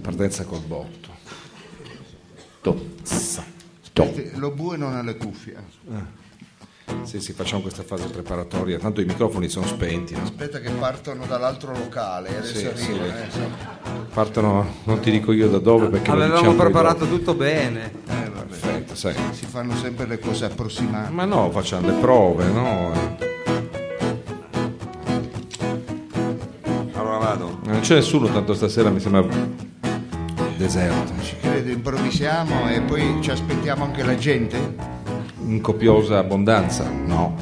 partenza col botto. Tozza. Aspetta, Lo bue non ha le cuffie. Sì, sì, facciamo questa fase preparatoria, tanto i microfoni sono spenti, no? Aspetta che partono dall'altro locale. Adesso Sì, arrivano. sì. eh, sì. Partono, non ti dico io da dove perché lo Avevamo diciamo poi preparato dopo. tutto bene. Eh, vabbè. Perfetto, sai. Si fanno sempre le cose approssimate. Ma no, facciamo le prove, no? Allora vado. Non c'è nessuno tanto stasera, mi sembra deserto, Credo, improvvisiamo e poi ci aspettiamo anche la gente. in copiosa abbondanza. No.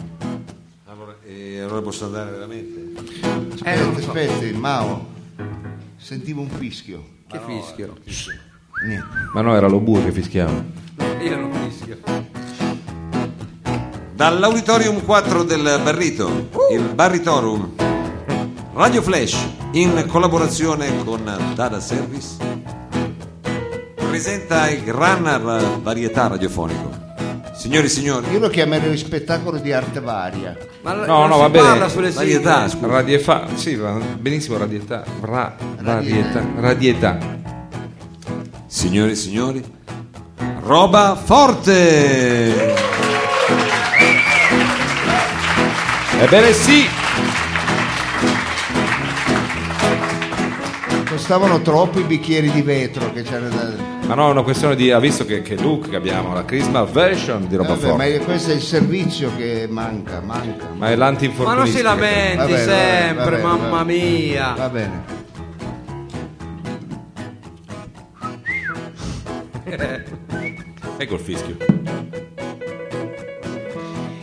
Allora, eh, allora posso andare veramente? Eh, Aspetta, aspetti, Mao. Sentivo un fischio. Che fischio. Niente. Ma no, era lo bue che fischiava. Io non fischio. Dall'Auditorium 4 del Barrito, il Barritorum, Radio Flash, in collaborazione con Dada Service, presenta il gran ra- varietà radiofonico. Signori e signori, Io lo chiamerei spettacolo di arte varia. Ma No, la- no, non si va bene. parla sulle Varietà, sigle. scusa. Radiefa, sì, va- benissimo, radietà. Ra, radietà, radietà. signori e signori, roba forte! Ebbene sì! Costavano troppo i bicchieri di vetro che c'erano da... Ma no, è una questione di. Ha visto che, che look che abbiamo, la Christmas version di roba Vabbè, forte. Eh, ma Ma è, è- questo è il servizio che manca, manca. Ma non si l'antinfortunistica. lamenti Va bene, va bene, sempre, va bene, mamma va bene. mia. Va bene. Ecco il fischio.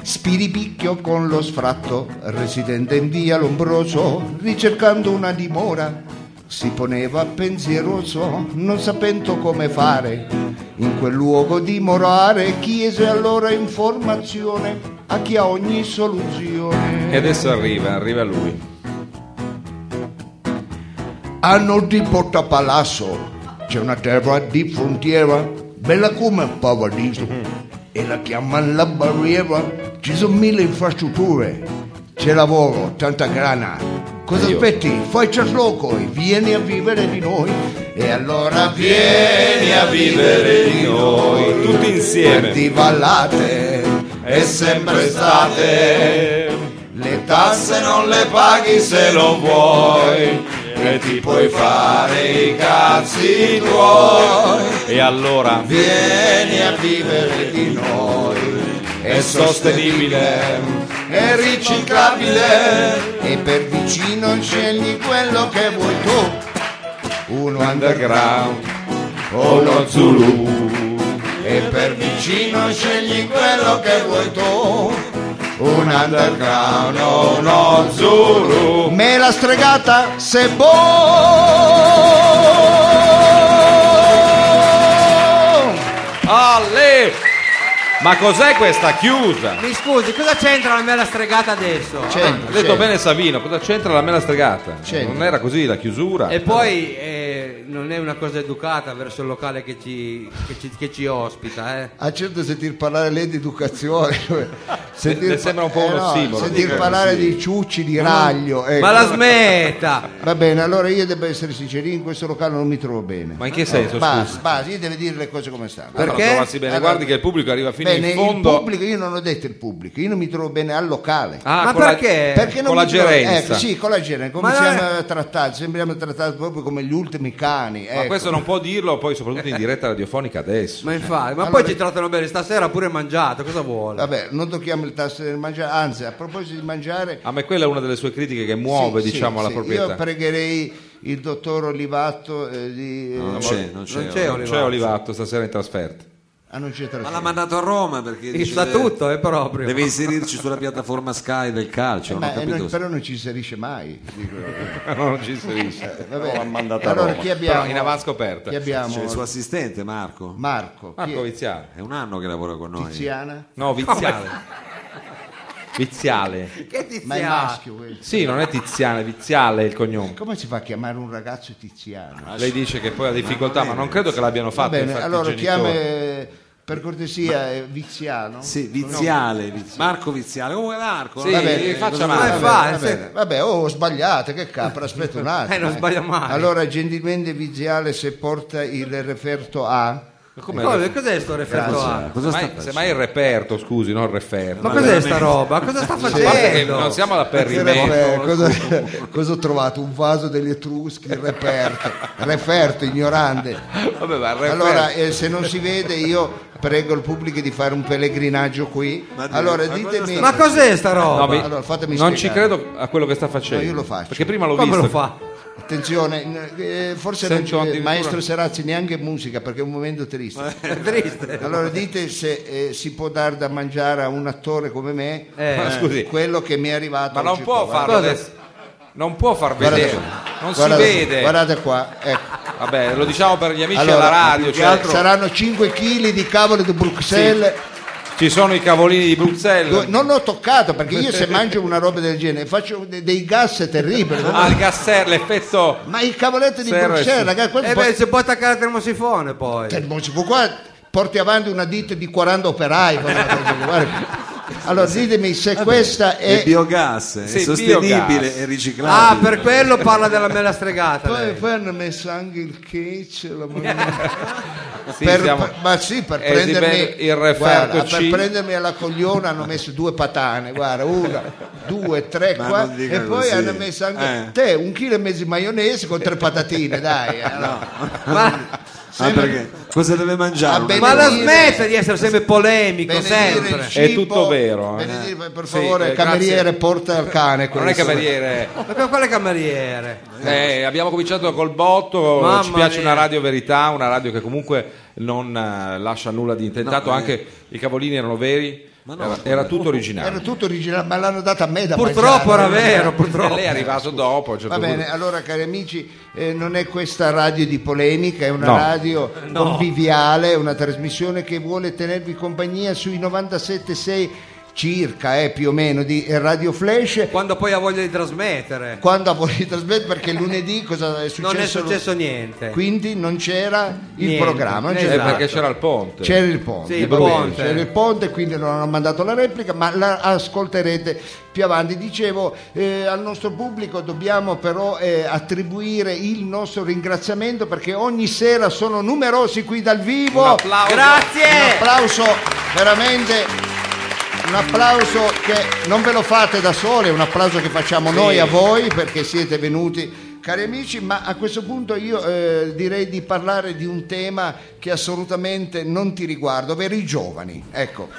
Spiripicchio con lo sfratto, residente in via Lombroso, ricercando una dimora, si poneva pensieroso, non sapendo come fare. In quel luogo dimorare chiese allora informazione a chi ha ogni soluzione. E adesso arriva, arriva lui. Hanno di Porta Palazzo, c'è una terra di frontiera, bella come un paradiso, e la chiamano la barriera, ci sono mille infrastrutture, c'è lavoro, tanta grana. Cosa aspetti? Fai trasloco e vieni a vivere di noi. E allora vieni a vivere di noi, tutti insieme. Di vallate è sempre state, le tasse non le paghi se lo vuoi e ti puoi fare i cazzi tuoi. E allora Vieni a vivere di noi, è sostenibile, è riciclabile e per vicino scegli quello che vuoi tu. Uno underground o lo Zulu e per vicino scegli quello che vuoi tu. Un underground o uno Zulu. Me la stregata se boh. Ale! Ma cos'è questa chiusa? Mi scusi, cosa c'entra la mela stregata adesso? Ha detto bene Savino, cosa c'entra la mela stregata? C'entra. Non era così la chiusura? E poi eh, non è una cosa educata verso il locale che ci, che ci- che ci ospita, eh. A certo sentir parlare lei di educazione, cioè, sentir eh, le sembra un po' un ossimoro, sentir dico, parlare di ciucci, di raglio. ecco. Ma la smetta! Va bene, allora io devo essere sincero, io in questo locale non mi trovo bene. Ma in che senso? Basta, scusa? basta, io devo dire le cose come stanno. Allora, Perché? trovarsi bene, Allora- guardi che il pubblico arriva fino Bene, in il fondo. pubblico, io non ho detto il pubblico, io non mi trovo bene al locale. Ah, Ma con la- perché? Perché non con la mi trovo- gerenza. eh. Ecco, sì, con la gerenza, come Ma non è- siamo trattati, sembriamo trattati proprio come gli ultimi cani. Ma ecco. questo non può dirlo poi soprattutto in diretta radiofonica adesso. Ma infatti, ma Allora- poi ci trattano bene, stasera ha pure mangiato, cosa vuole? Vabbè, non tocchiamo il tasto del mangiare, anzi, a proposito di mangiare, Ah, ma quella è una delle sue critiche che muove, Sì, diciamo, sì, la sì. proprietà. Io pregherei il dottor Olivatto eh, di... eh, Ah, Non c'è, non c'è. non c'è, allora. Non c'è Olivato stasera in trasferta. Ah, non c'è Ma trasferta. l'ha mandato a Roma perché Il dice- statuto è proprio. Deve inserirci sulla piattaforma Sky del calcio, non Ma, ho eh, capito. non- però non ci inserisce mai. dico. Eh, non ci inserisce. Vabbè. l'ha mandata a allora Roma. chi abbiamo? Però in avanscoperta. Chi abbiamo? C'è il suo assistente Marco. Marco. chi Marco è? Viziale. È un anno che lavora con noi. Tiziana? No, Viziale. Viziale. Che tizia! Ma è maschio questo. Sì, non è Tiziale, Viziale è il cognome. Come si fa a chiamare un ragazzo Tiziano? Lei dice che poi ha difficoltà, ma non credo che l'abbiano Va fatto. bene, infatti, i allora genitori. chiama eh, Per cortesia, è Viziano? Sì, Viziale, Viziale. Marco Viziale. Oh, è Marco. Sì, no? Vabbè, Eh, faccia cosa male. male. Eh, fa, vabbè, sì. vabbè. Vabbè, oh, sbagliate, che capra, aspetta un attimo. Eh, non sbaglia mai. Allora, gentilmente Viziale, se porta il referto A, Come Cosa- cos'è sto referto A? Cosa sta Semmai, facendo? semmai il reperto, scusi, non il referto. Ma cos'è sta roba? Cosa sta A parte che facendo? non siamo alla Il Perrimetto. refer- cosa, cosa ho trovato? Un vaso degli Etruschi, il referto, referto ignorante. Vabbè, ma il referto. Allora, eh, se non si vede, io prego il pubblico di fare un pellegrinaggio qui. Ma Dio, allora, ma ditemi. Ma cos'è sta No, roba? mi- Allora, fatemi non spiegare. ci credo a quello che sta facendo. No, io lo faccio. Perché prima l'ho Come visto. lo fa? Attenzione, n- eh, forse Se non- c'ho addirittura- maestro Serazzi neanche musica perché è un momento triste. È triste. Allora dite se eh, si può dar da mangiare a un attore come me Eh. Ma scusi. quello che mi è arrivato. Ma non oggi può qua, farlo guarda. adesso. Non può far Guardate vedere. qua. Non Guardate- si vede. Guardate qua, ecco. Vabbè, lo diciamo per gli amici Allora, alla radio. più che cioè, altro- Saranno 5 kg di cavolo di Bruxelles. Ci sono i cavolini di Bruxelles. Due- Non l'ho toccato perché io se mangio una roba del genere faccio de- dei gas terribili. Ah, il gasser, l'effetto. Ma il cavoletto di Serra, Bruxelles, Eh sì. ragazzi, quello E po- Eh, beh, si può attaccare il termosifone poi. Cioè, non si può qua porti avanti una ditta di 40 operai con una cosa del- guarda. allora ditemi se questa È è biogas, è Sì, sostenibile, biogas. è Ah, riciclabile. per quello parla della mela stregata. poi, lei. poi hanno messo anche il cage la Sì, per- siamo- per- ma sì per Eh, prendermi Sibel- il referto guarda, per C. prendermi alla cogliona hanno messo due patane guarda una due tre Ma qua non dica e poi così. hanno messo anche Eh. te un chilo e mezzo di maionese con tre patatine dai allora. Ma, Ah, perché? Cosa deve mangiare? Ah, bene. ma la Benedire- smetta di essere sempre polemico, Benedire il sempre. È tutto vero, eh. benedire, per Sì, favore eh, cameriere grazie. porta il cane Non è questo. cameriere. Ma per quale cameriere? Eh, abbiamo cominciato col botto, Mamma ci piace mia. una radio verità, una radio che comunque non eh, lascia nulla di intentato, anche i cavolini erano veri, era, era tutto Era originale. tutto originale, ma l'hanno data a me da Purtroppo mangiare. Eh, era vero, purtroppo. E lei è arrivato dopo, a un certo Va bene, punto. allora cari amici, eh, non è questa radio di polemica, è una No. radio conviviale, è una trasmissione che vuole tenervi compagnia sui 97.6 circa, eh, più o meno, di Radio Flash. Quando poi ha voglia di trasmettere. Quando ha voluto trasmettere, perché lunedì cosa è successo? Non è successo niente. Quindi non c'era il Niente, programma, non Eh, c'era esatto. perché c'era il ponte. C'era il ponte, Sì, il va bene, ponte. c'era il ponte, quindi non hanno mandato la replica, ma la ascolterete più avanti. Dicevo, eh, al nostro pubblico dobbiamo però eh, attribuire il nostro ringraziamento perché ogni sera sono numerosi qui dal vivo. Un applauso. Un Grazie! applauso veramente. Un applauso che non ve lo fate da sole, è un applauso che facciamo noi a voi perché siete venuti. Cari amici, ma a questo punto io eh, direi di parlare di un tema che assolutamente non ti riguarda, ovvero i giovani. Ecco,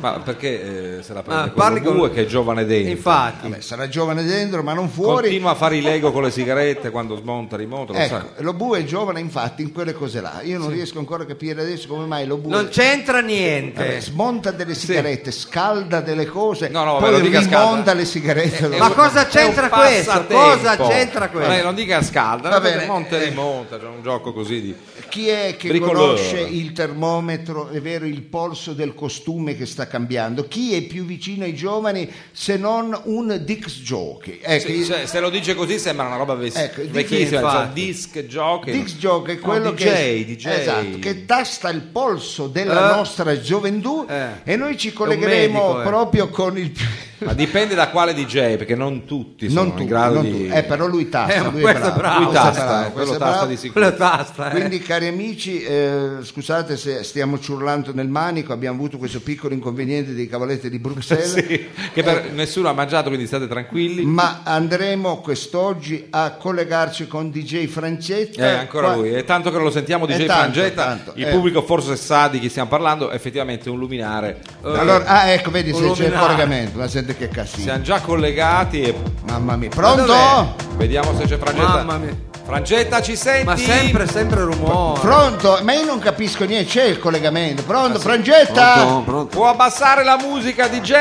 Ma perché eh, se la Ma prende Ah, parli con lui con- che è giovane dentro? Infatti, Vabbè, sarà giovane dentro ma non fuori. Continua a fare i lego con le sigarette quando smonta, rimonta, lo ecco, sai. lo Bu è giovane infatti in quelle cose là. Io non riesco ancora a capire adesso come mai lo Bu non c'entra Vabbè, niente. smonta delle sigarette, scalda delle cose, Eh, No, no, vabbè, poi lo dica rimonta scalda. Eh, le sigarette. Ma cosa c'entra È un questo? passatempo. Cosa c'entra Vabbè, questo? non dica scalda, Va va bene, bene. Monte eh. e rimonta, c'è un gioco così di... Chi è che Bricolore. conosce il termometro, è vero, il polso del costume che sta cambiando? Chi è più vicino ai giovani se non un Dix Jockey? Ecco, Sì, il- cioè, se lo dice così sembra una roba ves- Ecco, dice- vecchissima, infatti. cioè, disc jockey. Dix Jockey è quello No, DJ, che, DJ. Esatto, che tasta il polso della Eh. nostra gioventù Eh. e noi ci un collegheremo medico, eh. proprio con il... Ma dipende da quale DJ, perché non tutti sono non in tutti, grado non di... tutti. Eh, però lui Eh, tasta, ma lui è questo è bravo. bravo. Lui questo è tasta, bravo, eh, quello questo è tasta bravo. di sicuro. Quella tasta, eh. Quindi cari amici, eh, scusate se stiamo ciurlando nel manico, abbiamo avuto questo piccolo inconveniente dei cavaletti di Bruxelles, Sì, che Eh. per- nessuno ha mangiato, quindi state tranquilli. ma andremo quest'oggi a collegarci con DJ Francetta. Eh, ancora Qua- lui, è tanto che non lo sentiamo Eh, DJ tanto, Frangetta, tanto, il eh. pubblico forse sa di chi stiamo parlando, effettivamente è un luminare. Eh, Allora, ah, ecco, vedi se c'è il Illuminato. collegamento, ma senti che casino. siamo già collegati e Mamma mia, Ma pronto? vediamo se c'è Frangetta. Mamma mia. Frangetta ci senti? Ma sempre, sempre rumore. Pronto? Ma io non capisco niente, c'è il collegamento. Ah, Pronto, Frangetta? Pronto? Pronto? Può abbassare la musica DJ?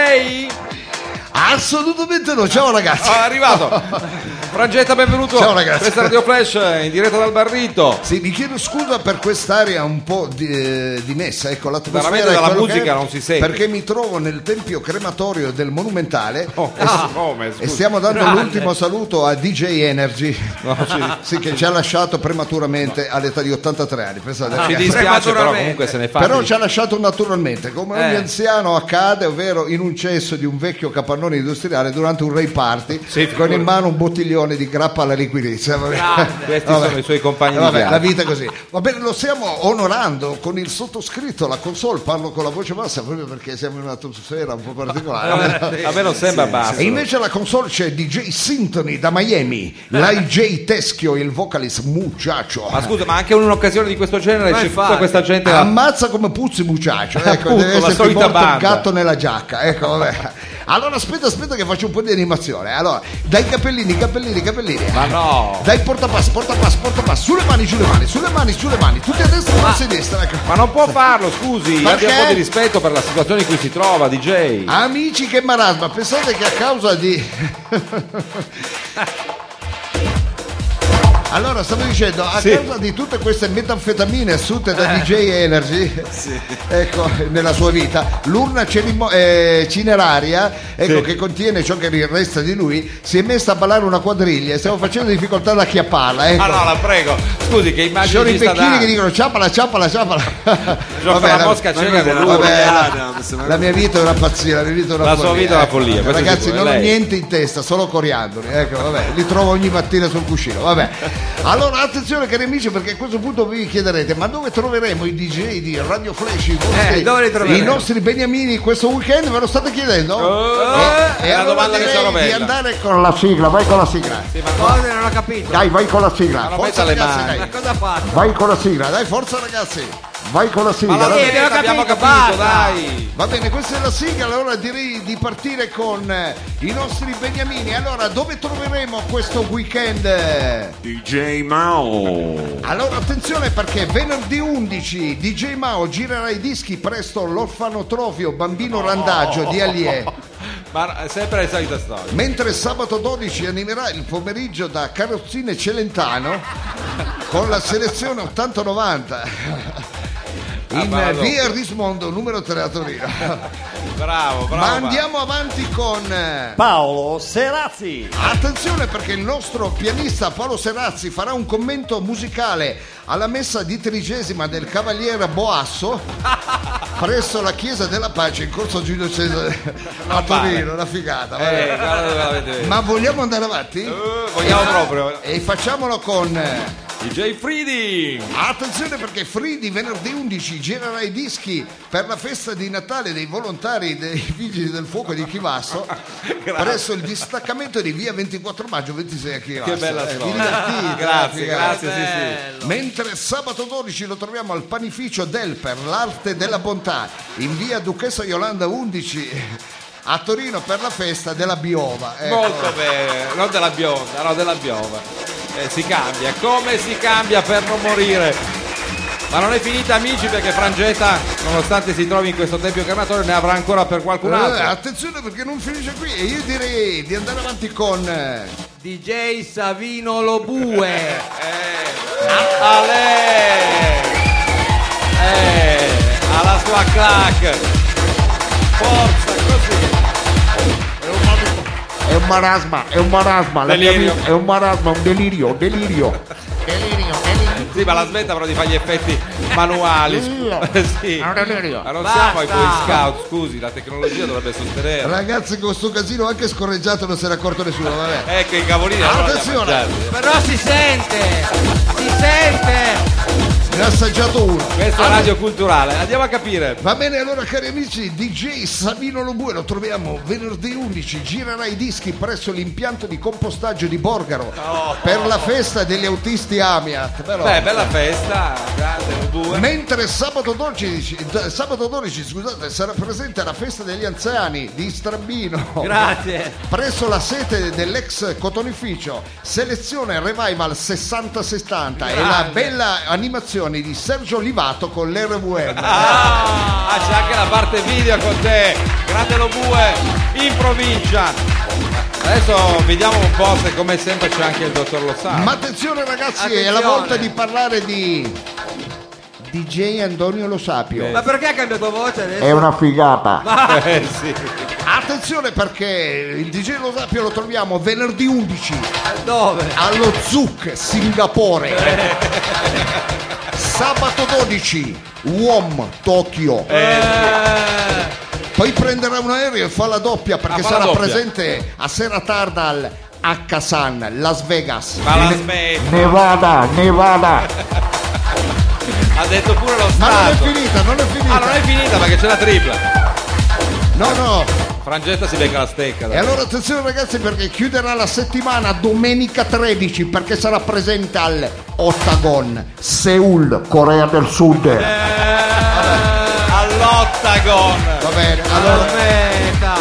Assolutamente no, ciao ragazzi. Ah, è Ah, arrivato. Frangetta, benvenuto. Ciao, ragazzi. Questa è Radio Flash eh, in diretta dal Barrito. Sì, mi chiedo scusa per quest'area un po' di, eh, dimessa, ecco l'atmosfera Veramente è dalla quello che musica è, non si sente. Perché mi trovo nel tempio crematorio del Monumentale Oh, e, ah, come, e scusa. stiamo dando Grande. l'ultimo saluto a DJ Energy, No, ci- sì, che ci ha lasciato prematuramente all'età di 83 anni. pensate. Ci Ah, dispiace, però prematuramente. comunque se ne fa. Però ci ha lasciato naturalmente, come ogni Eh. anziano accade, ovvero in un cesso di un vecchio capannone industriale durante un rave party Sì, con in figurati. mano un bottiglione di grappa alla liquidezza. vabbè. Questi Vabbè. sono i suoi compagni Eh, di vabbè, la viaggio. vita è così. Va bene, lo stiamo onorando con il sottoscritto, la console, parlo con la voce bassa proprio perché siamo in un'atmosfera un po' particolare. A me non sembra basso. E invece alla console c'è DJ Sintony da Miami, l'IJ Teschio e il vocalist Mucciaccio. Ma scusa, ma anche in un'occasione di questo genere Ma c'è tutta infatti. questa gente. là. Ammazza come puzzi Mucciaccio, ecco, Appunto, deve la esserti solita morto banda. il gatto nella giacca, ecco, vabbè. Allora aspetta, aspetta che faccio un po' di animazione. Allora, dai capellini, capellini, capellini. Ma no! Dai portapass, portapass, portapass, sulle mani, sulle mani, sulle mani, sulle mani, tutti a destra e a sinistra, ecco. Ma non può farlo, scusi, Perché? abbia un po' di rispetto per la situazione in cui si trova, DJ. Amici che marasma, pensate che a causa di... Allora, stavo dicendo, a Sì. Eh. causa di tutte queste metanfetamine assunte da DJ Energy, ecco, nella sua vita, l'urna cerimo- eh, cineraria, ecco, Sì. che contiene ciò che gli resta di lui, si è messa a ballare una quadriglia e stiamo facendo difficoltà ad acchiapparla, ecco. Ah no, la prego. Scusi, che Ci sono immagini i ci sta pecchini dando? che dicono ciapala, ciapala, ciapala. Gioca Vabbè, la mosca ma cieca cos'è, con la- lui. vabbè. Vabbè, Adam, se la, non- la mia vita è una pazzia, la mia vita è una La sua follia. vita è una ecco. follia, questo Ragazzi, sicuro, non ho lei. niente in testa, solo coriandoli. Ecco, vabbè, li trovo ogni mattina sul cuscino. Vabbè. Allora, attenzione cari amici, perché a questo punto vi chiederete: ma dove troveremo i DJ di Radio Flash? I nostri, Eh, dove li troveremo? i nostri beniamini questo weekend ve lo state chiedendo? Eh, e è la allora domanda che direi sono di bella. andare con la sigla, vai con la sigla. Cosa non ho capito? Dai, vai con la sigla. Ma non metta Forza, le ragazzi, mani. dai. Ma cosa ha fatto? Vai con la sigla, dai, forza ragazzi. Vai con la sigla. Ma la dai. Sì, abbiamo abbiamo capito, capito, basta. dai. Va bene, questa è la sigla, allora direi di partire con eh, i nostri beniamini. Allora, dove troveremo questo weekend? DJ Mao. Allora, attenzione perché venerdì 11 DJ Mao girerà i dischi presso l'orfanotrofio Bambino Randaggio di Alie. Ma è sempre la solita storia. Mentre sabato 12 animerà il pomeriggio da Carrozzine Celentano con la selezione 80-90 in Ah, ma no. via Rismondo numero 3 a Torino. Bravo, bravo. Ma andiamo avanti con... eh, Paolo Serazzi. Attenzione perché il nostro pianista Paolo Serazzi farà un commento musicale alla messa di trigesima del Cavaliere Boasso presso la Chiesa della Pace in corso Giulio Cesare a male. Torino, una figata. vabbè. Eh, guarda dove l'avete- Ma vogliamo andare avanti? Eh, vogliamo E- proprio. E facciamolo con... eh, DJ Fridi. Attenzione perché Fridi venerdì 11 girerà i dischi per la festa di Natale dei volontari dei Vigili del Fuoco di Chivasso presso il distaccamento di via 24 maggio 26 a Chivasso. Che bella Eh, vi storia. divertite, Grazie, ragazzi. grazie, sì, sì. Bello. Mentre sabato 12 lo troviamo al panificio Del per l'arte della bontà in via Duchessa Yolanda 11 a Torino per la festa della biova. Ecco. Molto bene, non della bionda, no, della biova. Eh, si cambia, come si cambia per non morire? Ma non è finita amici perché Frangetta, nonostante si trovi in questo tempio crematorio, ne avrà ancora per qualcun Eh, altro. attenzione perché non finisce qui e io direi di andare avanti con... eh, DJ Savino Lobue. Eh. A lei! Eh, alla sua clac! Forza, così! È un marasma, è un marasma, la mia Delirio. vita è un marasma, un delirio, un delirio. Delirio, delirio. Sì, ma la smetta però di fare gli effetti manuali. scusa. sì. È un delirio. Ma non siamo ai Basta. Boy Scout, scusi, la tecnologia dovrebbe sostenere. Ragazzi, con sto casino anche scorreggiato non se n'è accorto nessuno, vabbè. Ecco i cavolini. allora li ha Attenzione. mangiati. Però si sente! Si sente! Ne ha assaggiato uno. Questa è radio culturale. Andiamo a capire. Va bene, allora cari amici, DJ Savino Lobue lo troviamo venerdì 11, girerà i dischi presso l'impianto di compostaggio di Borgaro per la festa degli autisti Amiat. Però- Beh, bella festa, grande due. Mentre sabato 12, d- sabato 12, scusate, sarà presente la festa degli anziani di Strabino. Grazie! Presso la sete dell'ex cotonificio, selezione Revival 60-70 e la bella animazione di Sergio Livato con l'RVM. Ah, ah, c'è anche la parte video con te. Grande Lobue in provincia. Adesso vediamo un po' se come sempre c'è anche il dottor Lozano. Ma attenzione ragazzi, è la Attenzione. volta di parlare di DJ Antonio Lo Sapio. Ma perché ha cambiato voce adesso? È una figata. Eh, sì. Attenzione perché il DJ Lo Sapio lo troviamo venerdì 11 Dove? allo Zuc Singapore. Sabato 12 Uom Tokyo. Eh. Poi prenderà un aereo e fa la doppia perché Ah, fa la sarà doppia. presente a sera tarda al Hakasan, Las Vegas. Ma la smetta, Nevada, Nevada. ha detto pure lo Ma Ah, non è Stato. finita, non è Ah, non finita. è finita perché c'è la tripla. No, no. Frangetta si becca la stecca. E dai. allora attenzione ragazzi perché chiuderà la settimana domenica 13 perché sarà presente al Ottagon. Seoul, Corea del Sud. Eh, All'ottagon. Va bene, allora, Aspetta.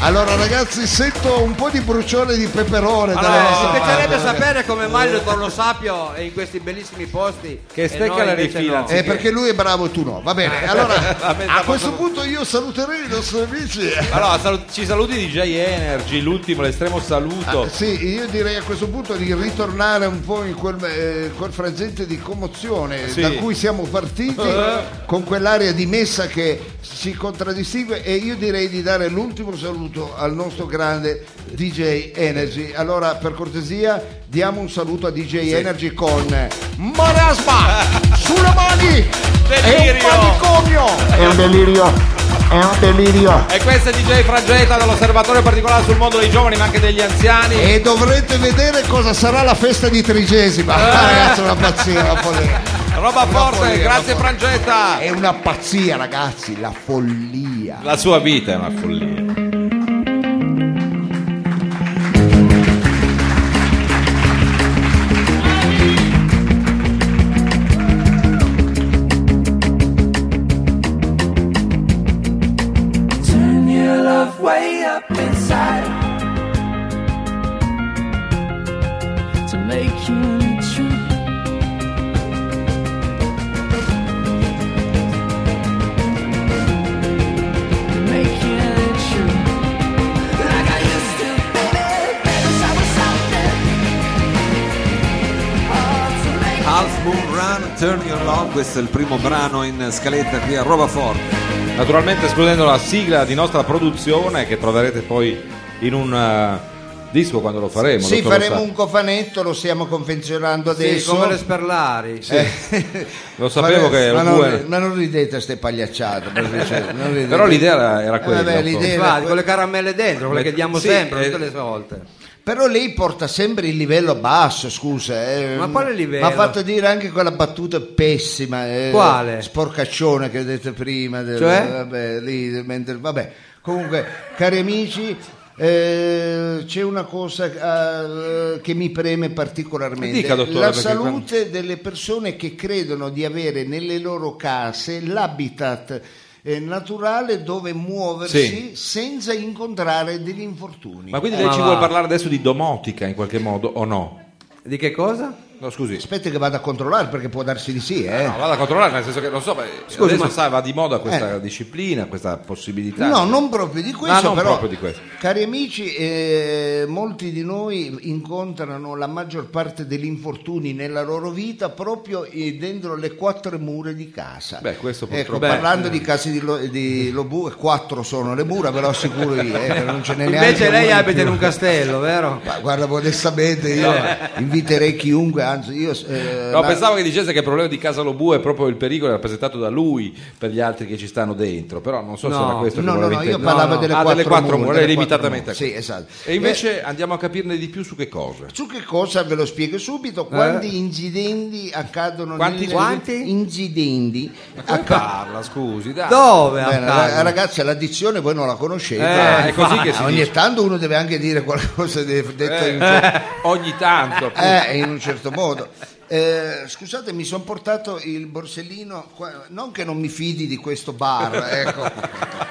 allora, ragazzi sento un po' di bruciore di peperone da Allora, questa Ah, Mi piacerebbe parte. sapere come mai il dottor Lo Sapio è in questi bellissimi posti. Che e stecca noi la invece rifila, no. sì. Eh, perché lui è bravo e tu no, va bene. Allora, Va bene, a stavo questo solo- punto io saluterei i nostri amici. Allora, salu- ci saluti DJ Energy, l'ultimo, l'estremo saluto. Ah, sì, io direi a questo punto di ritornare un po' in quel, eh, quel frangente di commozione Sì. Eh? da cui siamo partiti, con quell'area di messa che si contraddistingue e io direi di dare l'ultimo saluto al nostro grande DJ Energy. Allora, per cortesia, diamo un saluto a DJ Energy con Marasma sulle mani! È un Delirio! manicomio! È un delirio. È un Ah. delirio. E questo è DJ Frangetta dell'osservatorio particolare sul mondo dei giovani ma anche degli anziani. E dovrete vedere cosa sarà la festa di trigesima. Eh. Ragazzi, una pazzia, una follia. Roba forte, follia, grazie una Frangetta. È una pazzia, ragazzi, la follia. La sua vita è una follia. Turn your love way up inside to make you true. Make it true. Like I used to, baby, baby, so I was out there. Oh, to make Half Moon Run, Turn Your Love, questo è il primo brano in scaletta qui a Roba Forte. Naturalmente escludendo la sigla di nostra produzione che troverete poi in un eh, disco quando lo faremo. dottor Sì, Lo faremo Sa- un cofanetto, lo stiamo confezionando Sì, adesso. come le sperlari. Eh, Lo sapevo che ma lo non, vuole. ma non ridete a ste pagliacciate. per piacere, non ridete. Però l'idea era, era Eh, quella. vabbè, dottor. l'idea- Infatti, con le caramelle dentro, quelle che diamo Sì, sempre, eh. tutte le volte. Però lei porta sempre il livello basso, scusa. eh. Ma quale livello? Mi ha fatto dire anche quella battuta pessima. eh, Quale? Sporcaccione che ho detto prima. del- Cioè? Vabbè, lì, mentre- vabbè. Comunque, cari amici, eh, c'è una cosa eh, che mi preme particolarmente. Dica, dottore, La perché salute delle persone che credono di avere nelle loro case l'habitat eh, naturale dove muoversi senza incontrare degli infortuni. Ma quindi lei Eh, Ma ci va. vuole parlare adesso di domotica in qualche modo o no? Di che cosa? No, scusi. Aspetta che vado a controllare perché può darsi di sì, eh. No, vado a controllare, nel senso che non so, ma Scusi, adesso ma- sai, va di moda questa disciplina, questa possibilità. Eh. No, non proprio di questo, Ah, non però, proprio di questo. cari amici, eh, molti di noi incontrano la maggior parte degli infortuni nella loro vita proprio eh, dentro le quattro mura di casa. Beh, questo ecco, purtroppo- Beh, eh. parlando di casi di, lo, di Lobu, eh, quattro sono le mura, ve lo assicuro io, eh, non ce n'è neanche Invece lei una abita più. Eh. in un castello, vero? Ma guarda, onestamente io inviterei chiunque, anzi io... eh, Eh. No, la- pensavo che dicesse che il problema di Casa Lobu è proprio il pericolo rappresentato da lui per gli altri che ci stanno dentro, però non so se No, era questo No, che no, volevi no, io intendere. parlavo no. delle Ah, quattro delle quattro mura, delle quattro limitatamente. mura. Sì, esatto. E invece andiamo a capirne di più su che cosa. Su che cosa ve lo spiego subito? Quanti incidenti accadono Eh? Quanti nelle- quanti? incidenti Come Eh, accadono? parla, scusi, dai. Dove? a Cagli? ragazzi, l'addizione voi non la conoscete. Eh, è così che si ogni dice. Eh. tanto uno deve anche dire qualcosa di- detto in, Ogni tanto. appunto. eh, in un certo modo. Eh, scusate, mi sono portato il borsellino. qua- Non che non mi fidi di questo bar, ecco.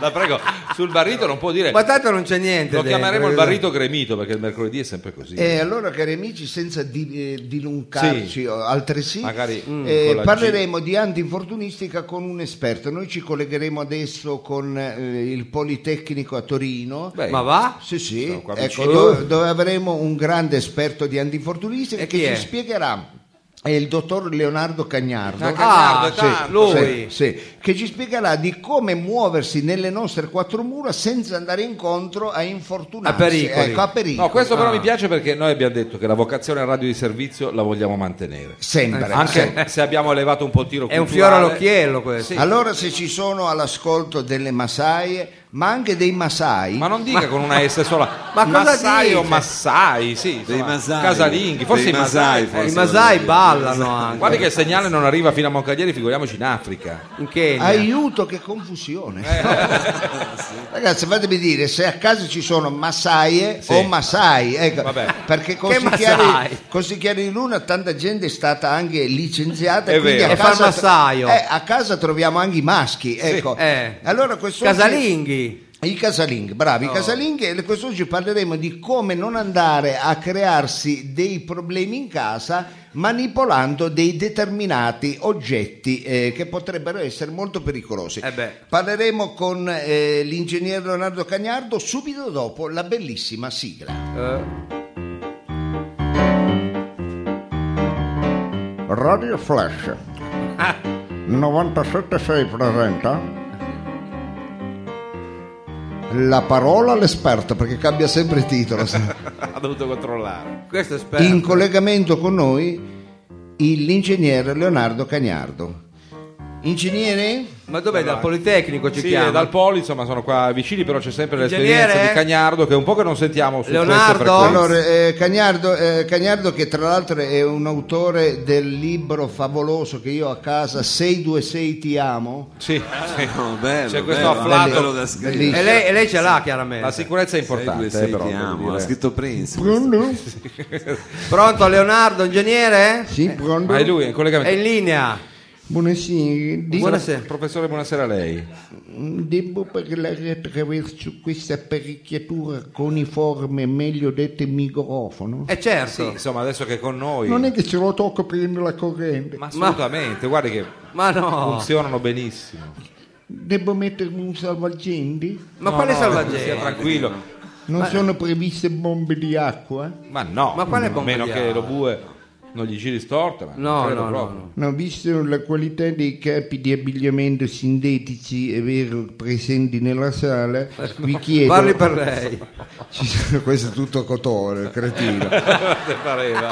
La prego, sul barrito non può dire. Ma tanto non c'è niente. Lo dentro, chiameremo il capito? barrito gremito perché il mercoledì è sempre così. E Eh, allora, cari amici, senza di- eh, diluncarci Sì. o altresì, Magari, mm, eh, con la parleremo di antinfortunistica con un esperto. Noi ci collegheremo adesso con eh, il Politecnico a Torino. Ah, Beh, Ma va? Sì, Sono sì, qua ecco, vicino. do- dove avremo un grande esperto di antinfortunistica E che chi ci è? spiegherà. È il dottor Leonardo Cagnardo. Ah, Cagnardo, è sì, tanto. lui. Sì, sì, che ci spiegherà di come muoversi nelle nostre quattro mura senza andare incontro a infortunati. A pericoli. Ecco, a pericoli. No, questo però Ah. mi piace perché noi abbiamo detto che la vocazione radio di servizio la vogliamo mantenere. Sempre. sempre. Anche se abbiamo elevato un po' il tiro È un fiore culturale. all'occhiello questo. Allora se ci sono all'ascolto delle massaie, ma anche dei masai, Ma non dica con una S sola. Ma cosa Massai o dice? Massai, sì, Dei insomma, Masai. Casalinghi, forse Dei i Masai. Masai, forse. I Masai voglio dire. ballano anche. Guardi che il segnale non arriva fino a Moncaglieri, figuriamoci in Africa. In Kenya. aiuto che confusione. Eh. Ragazzi, fatemi dire se a caso ci sono massaie Sì. o masai, ecco, Vabbè. perché con Che sti Masai? chiari, con sti chiari di luna tanta gente è stata anche licenziata È quindi vero. a E fa il casa, massaio. eh, a casa troviamo anche i maschi, ecco. eh. Allora quest'oggi- Casalinghi. I casalinghi, bravi, Oh. i casalinghi e quest'oggi parleremo di come non andare a crearsi dei problemi in casa manipolando dei determinati oggetti eh, che potrebbero essere molto pericolosi. Eh beh. Parleremo con eh, l'ingegnere Leonardo Cagnardo subito dopo la bellissima sigla. Eh, Radio Flash Ah. 976 presenta La parola all'esperto perché cambia sempre il titolo. Certo. sa. Ha dovuto controllare. questo è esperto. In collegamento con noi il- l'ingegnere Leonardo Cagnardo. Ingegnere? Ma dov'è? Dal Politecnico ci Sì, chiama. è dal Poli, insomma, sono qua vicini, però c'è sempre l'esperienza Ingegnere? di Cagnardo che un po' che non sentiamo su Leonardo? queste frequenze. Allora, eh, Cagnardo, eh, Cagnardo, che tra l'altro è un autore del libro favoloso che io ho a casa, 626 ti amo, Sì, sì. Oh, bello, C'è questo bello, afflato. bello da scrivere. Bellissimo. E lei, e lei ce l'ha chiaramente. La sicurezza è importante, Sei due, eh, sei, però. ti devo amo, dire. ha scritto Prince. Pronto Leonardo, ingegnere? Sì, pronto? Ma è lui, è in È collegamento. in linea. Buonasera, di- Buonasera. Professore, buonasera a lei. devo parlare attraverso questa apparecchiatura coniforme, meglio detto microfono. Eh certo. Sì, insomma, adesso che è con noi. Non è che se lo tocco prendo la corrente. Ma assolutamente, guardi che Ma no. funzionano benissimo. Devo mettermi un salvagente? Ma quale Stia salvagente? tranquillo. Non sono previste bombe di acqua? Ma no, Ma quale a bomba meno di che acqua? lo bue non gli giri storta. Ma non No, credo no, no, proprio. no. No, visto la qualità dei capi di abbigliamento sintetici, è vero, presenti nella sala, vi chiedo... Parli per lei. Ci sono- questo è tutto cotone, cretino. Te pareva.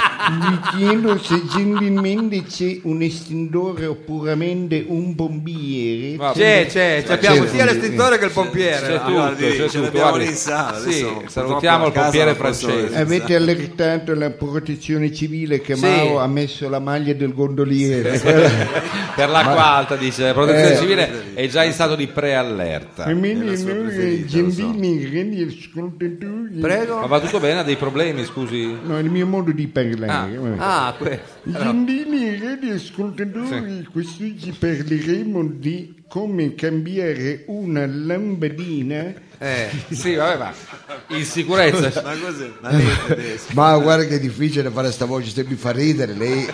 Vi chiedo se gentilmente c'è un estintore o puramente un bombiere. Va C'è, bene. c'è, c'è, abbiamo c'è, sia c'è. l'estintore che il pompiere. C'è là. tutto, guardi, c'è Ah, ce tutto, l'abbiamo guardi. lì in sala, Sì, adesso, purtroppo salutiamo a il casa pompiere non posso francese. essere. Avete allertato la protezione civile che Mao ha messo la maglia del gondoliere. Per l'acqua alta, dice, la protezione civile è già in stato di preallerta. E quindi sua noi preferita, lo so. gentili grandi ascoltatori. Ma Prego. va tutto bene, ha dei problemi, scusi? No, è il mio modo di parlare. vabbè. Ah, questo. Gentili radioascoltatori, quest'oggi parleremo di come cambiare una lampadina. Eh. Sì, vabbè, ma in sicurezza. Ma cos'è? Ma niente adesso. Ma guarda che è difficile fare sta voce, se mi fa ridere, lei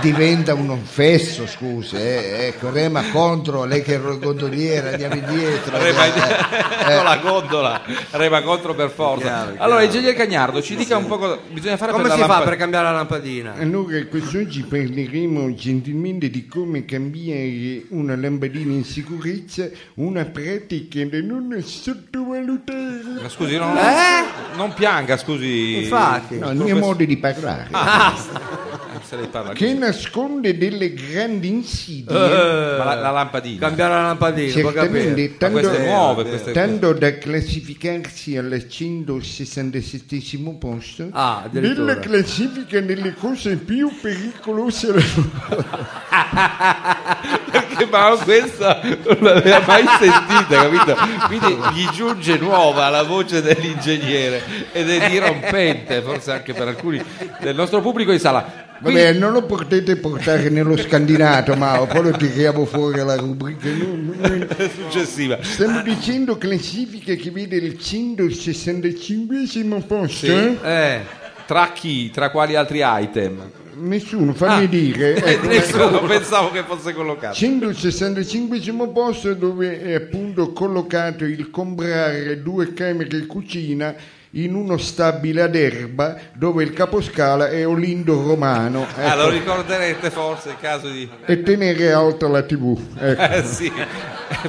diventa un offesso, scusi, eh, ecco, rema contro, lei che è il gondoliere, andiamo indietro. Rema eh, con la gondola, rema contro per forza. Chiaro, chiaro. Allora, ingegnere Cagnardo, ci dica un po' cosa bisogna fare Come per si la Eh, fa lampada- per cambiare la lampadina? Allora, quest'oggi parleremo gentilmente di come cambiare una lampadina in sicurezza, una pratica da non sottovalutare. Ma Scusi, non, Eh? non pianga, scusi. Infatti. No, il mio modo di parlare. Se lei parla Che così. nasconde delle grandi insidie. Eh, Ma la, la lampadina. Cambiare la lampadina, può capire. Certamente, eh, Ma tanto, queste nuove, queste- tanto da classificarsi al 167 posto Ah, addirittura. nella classifica delle cose più pericolose alla Perché ma questa non l'aveva mai sentita, capito? Quindi gli giunge nuova la voce dell'ingegnere ed è dirompente, forse anche per alcuni del nostro pubblico in sala. Vabbè, non lo potete portare nello scandinato, ma poi lo tiriamo fuori alla rubrica. No, no. Successiva. Stiamo dicendo classifiche che vede il 165 posto? Sì. Eh, tra chi? Tra quali altri item? Nessuno, fammi dire. ecco, Ah. Nessuno pensavo che fosse collocato. 165 posto dove è appunto collocato il comprare due camere e cucina in uno stabile ad Erba dove il caposcala è Olindo Romano ecco, Ah, lo ricorderete forse in caso di... e tenere alta la tv. ecco. Eh sì,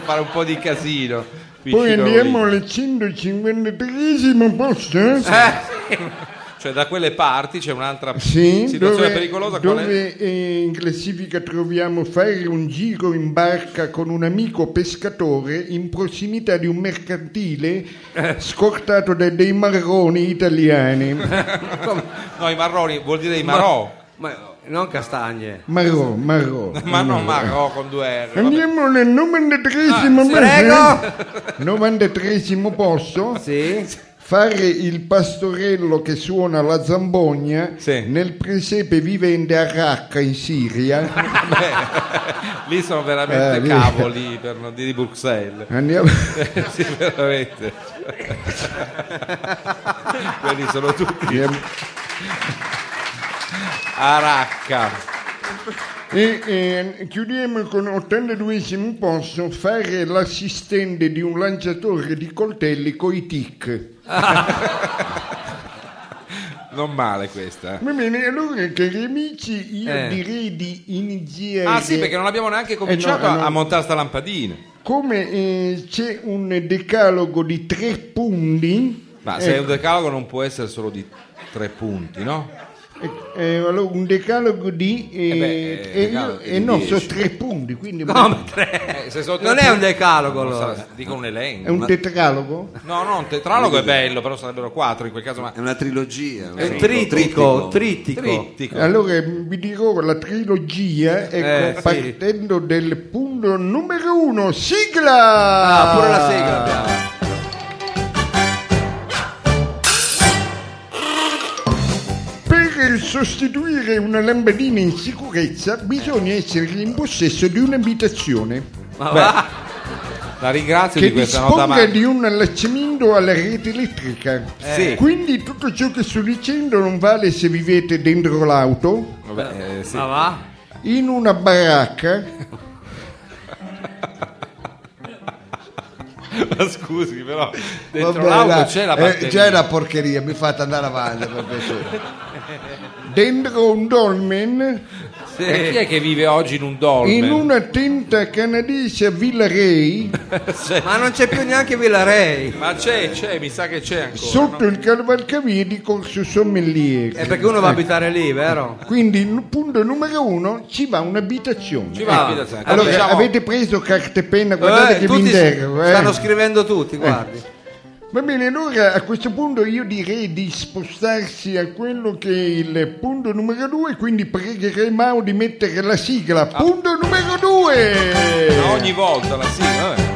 fare un po' di casino. Poi vicino a andiamo Olindo. al 153 posto. Eh, cioè da quelle parti c'è un'altra Sì, situazione dove, pericolosa. qual è? dove eh, in classifica troviamo fare un giro in barca con un amico pescatore in prossimità di un mercantile Eh. scortato da dei marroni italiani. No, i marroni vuol dire i marò. Ma eh, non castagne. Marrò, marrò. Ma non marrò con due R. vabbè. Andiamo nel Ah, 93esimo posto. prego. 93esimo posto. Sì. Fare il pastorello che suona la zambogna Sì. nel presepe vivente a Raqqa in Siria. Lì sono veramente Eh, lì- cavoli per non dire di Bruxelles. Andiamo. sì, veramente. Quelli sono tutti andiamo- a racca. E, eh, chiudiamo con 82 posto fare l'assistente di un lanciatore di coltelli coi tic. Non male questa. Va bene, allora cari amici, io Eh. direi di iniziare. Ah sì, perché non abbiamo neanche cominciato eh, a- no. a montare sta lampadina. Come eh, c'è un decalogo di tre punti. Ma eh, se è un decalogo non può essere solo di tre punti, no? eh, eh, allora, un decalogo di. Eh, Eh beh, eh, decalogo io- di eh, no, dieci. sono tre punti, quindi No, ma tre. Eh, se sono tre Non è un punti- decalogo Non allora. sarà- Dico un è elenco. un tetralogo. No, no, un tetralogo è bello, però sarebbero quattro in quel caso, ma È una trilogia. È un trittico, trittico. trittico. Allora vi dirò la trilogia, ecco, Eh, sì. partendo dal punto numero uno, sigla! Ah, pure la sigla abbiamo. Per sostituire una lampadina in sicurezza bisogna essere in possesso di un'abitazione Ma Beh, va. La ringrazio che di questa nota disponga magica. di un allacciamento alla rete elettrica. Eh. Sì. Quindi tutto ciò che sto dicendo non vale se vivete dentro l'auto, Vabbè, eh, sì. Ma va. in una baracca, Ma scusi, però dentro Vabbè, l'auto dai, c'è la eh, batteria. c'è la porcheria, mi fate andare avanti per piacere. dentro un dolmen, Sì. E chi è che vive oggi in un dolmen? in una tenda canadese a Villa Rey, Ma non c'è più neanche Villarei. Ma c'è, c'è, mi sa che c'è ancora. sotto il cavalcavia di Corso Sommelier. Eh, È perché uno Ecco. va a abitare lì, vero? Quindi il punto numero uno ci va un'abitazione. Ci va, Ah. abitazione. Allora, eh, Diciamo- avete preso carta e penna, guardate Eh, che vi tutti interrogo. eh. stanno scrivendo tutti, guardi. Va bene, allora a questo punto io direi di spostarsi a quello che è il punto numero due, quindi pregherei Mao di mettere la sigla. Punto numero due! Ma ogni volta la sigla. vabbè.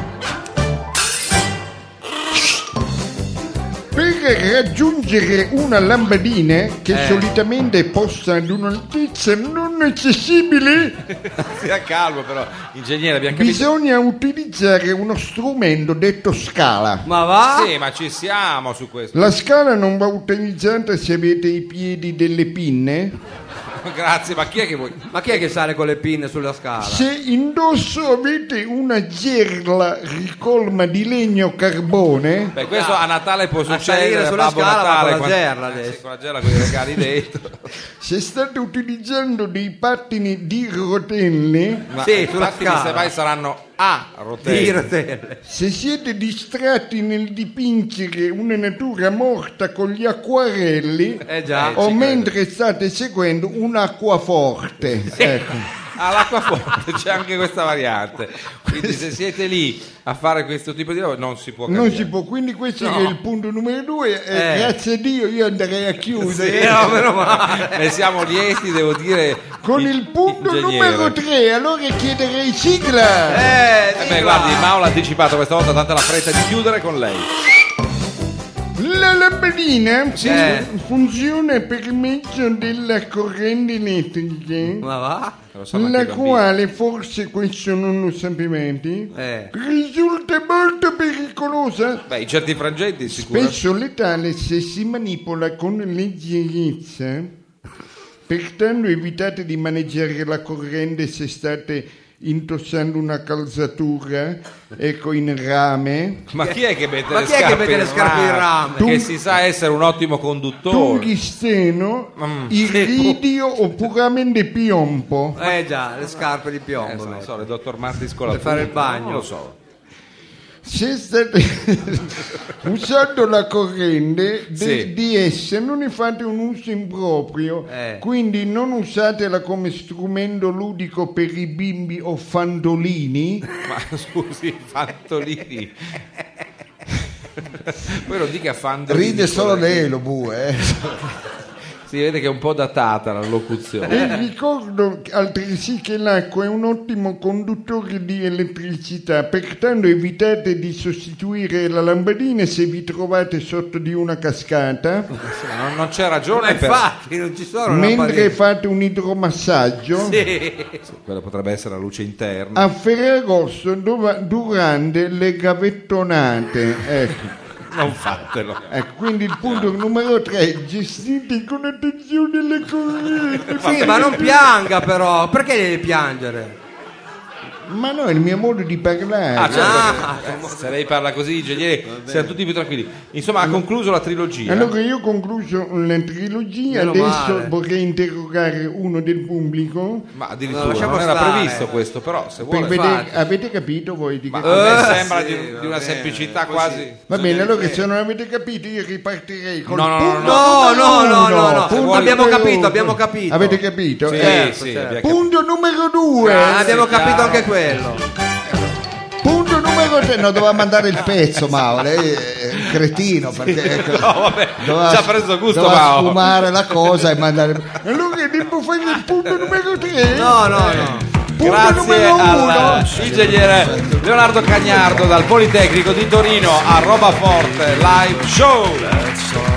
Per raggiungere una lampadina che solitamente è posta ad un'altezza non accessibile, Sia calmo però, ingegnere, abbiamo capito. bisogna utilizzare uno strumento detto scala. Ma va. Sì, ma ci siamo su questo. La scala non va utilizzata se avete i piedi delle pinne, Grazie, ma chi è che vuoi? Ma chi è che sale con le pinne sulla scala? se indosso avete una gerla ricolma di legno o carbone, Beh, questo a Natale può succedere salire a sulla Babbo scala, ma Natale, con la quando- gerla eh, sì, adesso. con la gerla con i regali dentro. se state utilizzando dei pattini di rotelle, Ma Sì, sulla infatti, scala. semmai saranno a rotelle. Di rotelle. se siete distratti nel dipingere una natura morta con gli acquarelli Eh già. Eh, o ci mentre state seguendo un'acquaforte, ecco. All'acquaforte Ah, c'è anche questa variante. Quindi se siete lì a fare questo tipo di lavoro non si può cambiare. Non si può, quindi questo è il punto numero due. e Eh. Grazie a Dio io andrei a chiudere. Eh, no, meno male. Ne siamo lieti, devo dire. Con in- il punto ingegnere. numero 3, allora chiederei sigla. Eh, Eh dica. beh, guardi, Mao l'ha anticipato questa volta, tanta la fretta di chiudere con lei. La lampadina Sì, Eh. funziona per mezzo della corrente elettrica, Ma va? Lo sanno anche i la bambini. quale, forse questo non lo sapevate, Eh. risulta molto pericolosa, Beh, in certi frangenti sicuro. spesso letale se si manipola con leggerezza. Pertanto evitate di maneggiare la corrente se state indossando una calzatura, ecco, in rame. Ma chi è che mette Ma le chi è che scarpe mette le scarpe in rame? Che Tu- si sa essere un ottimo conduttore. Tunghisteno, iridio o puramente piompo. Eh già, le scarpe di Eh, piombo. non metti. so, il dottor Marti Scola. Per fare il bagno. Non lo so. Se state usando la corrente de- Sì. di essa non ne fate un uso improprio, Eh. quindi non usatela come strumento ludico per i bimbi o fandolini. Ma scusi, Fantolini. Poi lo dica Fantolini. Ride solo lei lo bue. eh. Si vede che è un po' datata la Eh. locuzione. E ricordo altresì che l'acqua è un ottimo conduttore di elettricità, pertanto evitate di sostituire la lampadina se vi trovate sotto di una cascata. Non, non c'è Ma ragione per... infatti non ci sono Mentre lampadine. fate un idromassaggio, Quella potrebbe essere la luce interna. a Ferragosto dova- durante le gavettonate. Ecco. Non Ah, fatelo. Ecco, quindi il punto numero 3, gestite con attenzione le correnti. Sì, ma non pianga però, perché devi piangere? Ma no, è il mio modo di parlare. Ah, certo, Ah, perché, eh, se lei parla così, ingegnere, siamo tutti più tranquilli. Insomma, ha concluso la trilogia. Allora io ho concluso la trilogia, Meno adesso male. vorrei interrogare uno del pubblico. Ma addirittura No, lasciamo non era stare. previsto questo, però se Per vuole. vedere, fate. avete capito voi di che Ma cosa- a me Eh, sembra sì, di, di va una bene, semplicità così. quasi. Va bene, allora se non avete capito io ripartirei col No, no, no, punto No, numero no, no, uno. no, no. Punto Abbiamo numero capito, uno. abbiamo capito. Avete capito? Sì, Eh, sì, certo. abbiamo capito. Punto numero due. Ah, abbiamo sì, chiaro. capito anche quello. Punto numero 3, no, doveva mandare il pezzo Mao, lei è un cretino perché ecco, No, vabbè, doveva, ci ha preso gusto doveva Mao. sfumare la cosa e mandare... Allora devo fare il punto numero tre. No, no, no. punto Grazie numero uno. all'ingegnere Leonardo Cagnardo dal Politecnico di Torino a Roba Forte Live Show.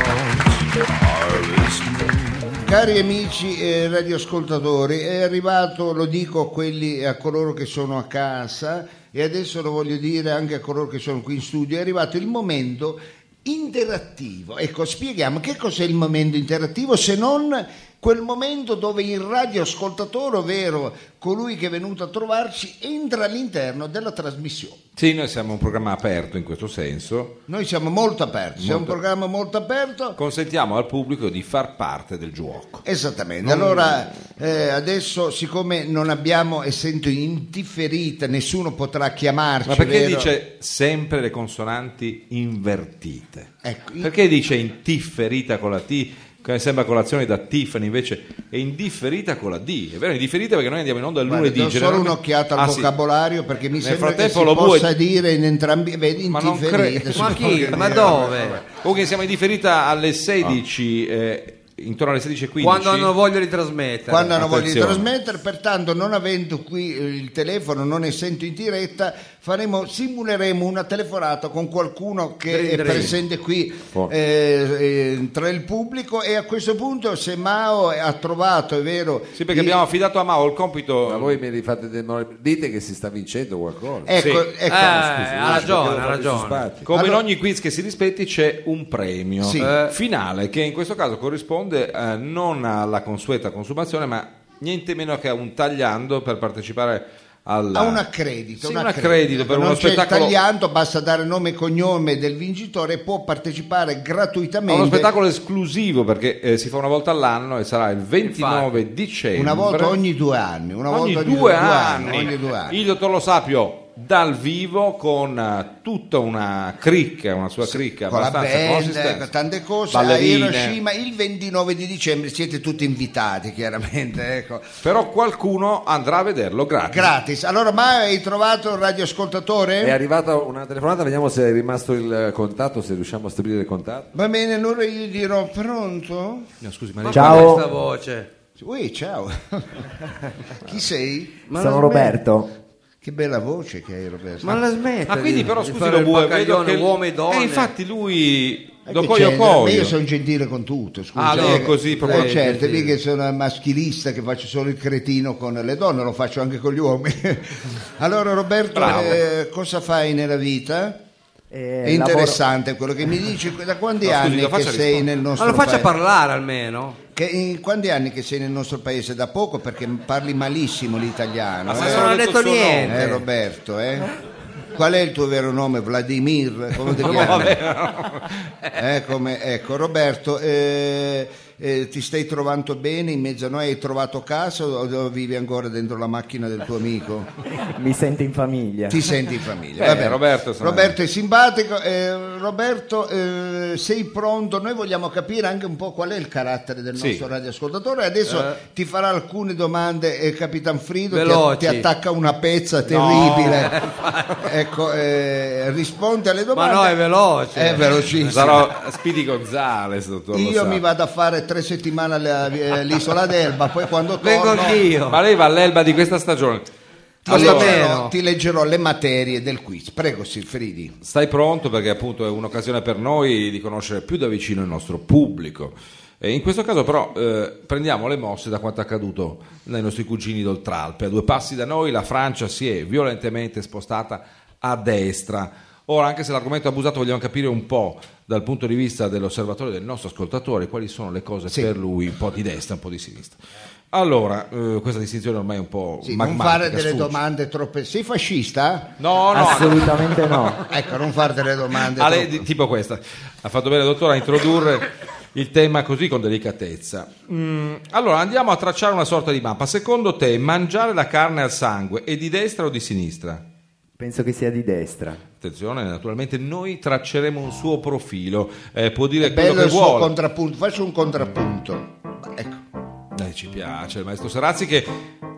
Cari amici eh, radioascoltatori, è arrivato, lo dico a, quelli, a coloro che sono a casa e adesso lo voglio dire anche a coloro che sono qui in studio, è arrivato il momento interattivo. Ecco, spieghiamo che cos'è il momento interattivo se non quel momento dove il radioascoltatore, ovvero colui che è venuto a trovarci, entra all'interno della trasmissione. Sì, noi siamo un programma aperto in questo senso. Noi siamo molto aperti, siamo un Molto. programma molto aperto. Consentiamo al pubblico di far parte del gioco. Esattamente, allora eh, adesso siccome non abbiamo, essendo indifferita, nessuno potrà chiamarci. Ma perché vero? dice sempre le consonanti invertite? Ecco, i- Perché dice indifferita con la T? Che sembra colazione da Tiffany, invece è indifferita con la D. È vero, è indifferita perché noi andiamo in onda il guarda, lunedì. do solo generalmente- un'occhiata al Ah, sì. vocabolario perché mi Nel sembra che frattempo si lo bue- possa dire in entrambi vedi, Ma non indifferita. credo. si Ma può chi? dire. Ma dove? Comunque siamo indifferita alle 16, eh, intorno alle 16.15. Quando hanno voglia di trasmettere. Quando hanno voglia di Attenzione. trasmettere, pertanto non avendo qui eh, il telefono, non essendo in diretta, faremo, simuleremo una telefonata con qualcuno che Drin, è drin. presente qui Forza. eh, eh, tra il pubblico e a questo punto se Mao ha trovato, è vero, Sì, perché i- abbiamo affidato a Mao il compito. Ma voi mi rifate demore- dite che si sta vincendo qualcosa. Ecco, Sì. ecco. Eh, ha ragione, Perché ha lo fate su ragione. spati? Come Allora- in ogni quiz che si rispetti c'è un premio Sì. eh, finale che in questo caso corrisponde eh, non alla consueta consumazione ma niente meno che a un tagliando per partecipare alla... Ha un accredito, Sì, un un accredito. accredito per non uno c'è il spettacolo- tagliando, basta dare nome e cognome del vincitore e può partecipare a uno gratuitamente. spettacolo esclusivo perché eh, si fa una volta all'anno e sarà il 29 dicembre. Una volta ogni due anni, una Ogni volta due, anni, ogni due anni. il dottor Lo Sapio dal vivo con eh, tutta una cricca, una sua cricca con la abbastanza band, consistente. ecco, tante cose Ballerine. a Hiroshima il 29 di dicembre siete tutti invitati chiaramente ecco. Però qualcuno andrà a vederlo gratis. gratis allora ma hai trovato il radioascoltatore? È arrivata una telefonata, vediamo se è rimasto il eh, contatto, se riusciamo a stabilire il contatto. va bene allora io dirò pronto? No, scusi, ma Ma lei- qual è sta voce? Ui, ciao chi sei? Ma Sono la smet- Roberto. che bella voce che hai Roberto Ma la smetta. Ah, quindi di- però di scusi fare lo il eh, bue, vedo baccaglione, che uomo e donna. Eh, infatti lui Eh, Do che coio c'entra? coio. Ma io sono gentile con tutto, scusa. Ah, allora così, proprio Eh, certo, gentile. lì che sono maschilista, che faccio solo il cretino con le donne, lo faccio anche con gli uomini. allora Roberto, Bravo. eh, cosa fai nella vita? Eh, È interessante quello che mi dici, da quanti No, scusi, anni lo che faccia sei rispondere. nel Ma nostro lo faccia paese? parlare almeno. Che in quanti anni che sei nel nostro paese? Da poco perché parli malissimo l'italiano. Ma eh? se non ha detto detto niente. niente. Eh, Roberto, eh? Qual è il tuo vero nome? Vladimir? Come ti chiami? Eh, come- ecco, Roberto, eh, eh, ti stai trovando bene in mezzo a noi? Hai trovato casa o, o vivi ancora dentro la macchina del tuo amico? Mi sento in famiglia. Ti senti in famiglia? Eh, Vabbè. Roberto, sono- Roberto è simpatico. eh, Roberto, eh, sei pronto? Noi vogliamo capire anche un po' qual è il carattere del Sì. Eh. nostro radioascoltatore. Adesso ti farà alcune domande eh, Capitan Frido. ti- Veloci. Ti, attacca una pezza terribile. ecco, eh, risponde alle Ma domande. no, è veloce. È velocissimo. Sarò Speedy Gonzales, dottor lo Io sa. mi vado a fare tre settimane alla- eh, all'isola d'Elba, poi quando Vengo torno anch'io. Ma lei va all'elba di questa stagione. ti, Allora. leggerò, Meno. ti leggerò le materie del quiz. Prego Silfridi. Stai pronto perché appunto è un'occasione per noi di conoscere più da vicino il nostro pubblico. E in questo caso però eh, prendiamo le mosse da quanto accaduto dai nostri cugini d'Oltralpe. A due passi da noi la Francia si è violentemente spostata a destra. Ora, anche se l'argomento è abusato, vogliamo capire un po' dal punto di vista dell'osservatore, del nostro ascoltatore, quali sono le cose per lui, un po' di destra, un po' di sinistra. Allora, eh, questa distinzione ormai è un po'... Sì, non Oh, magmatica, fare delle sfugge. domande troppe. Sei fascista? No, no, Assolutamente no. Ecco, non fare delle domande. Ah, lei troppe. di- tipo questa. Ha fatto bene, dottore, a introdurre il tema così con delicatezza. Mm, allora, andiamo a tracciare una sorta di mappa. Secondo te, mangiare la carne al sangue è di destra o di sinistra? Penso che sia di destra. Attenzione, naturalmente noi tracceremo un suo profilo, Eh, può dire È quello bello che il suo vuole. contrappunto. Faccio un contrappunto. Ecco. Dai, ci piace il maestro Serazzi che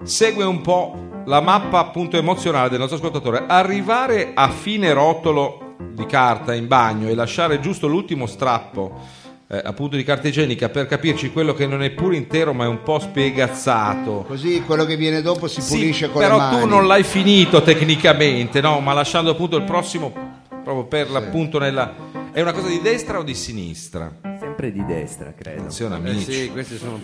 segue un po' la mappa appunto emozionale del nostro ascoltatore. Arrivare a fine rotolo di carta in bagno e lasciare giusto l'ultimo strappo eh, appunto di carta igienica per capirci quello che non è pure intero ma è un po' spiegazzato. Così quello che viene dopo si Sì, pulisce con però le mani. tu non l'hai finito tecnicamente, no? Ma lasciando appunto il prossimo proprio per l'appunto nella... È una cosa di destra o di sinistra? Sempre di destra, credo. Attenzione Eh amici. sì, questi sono...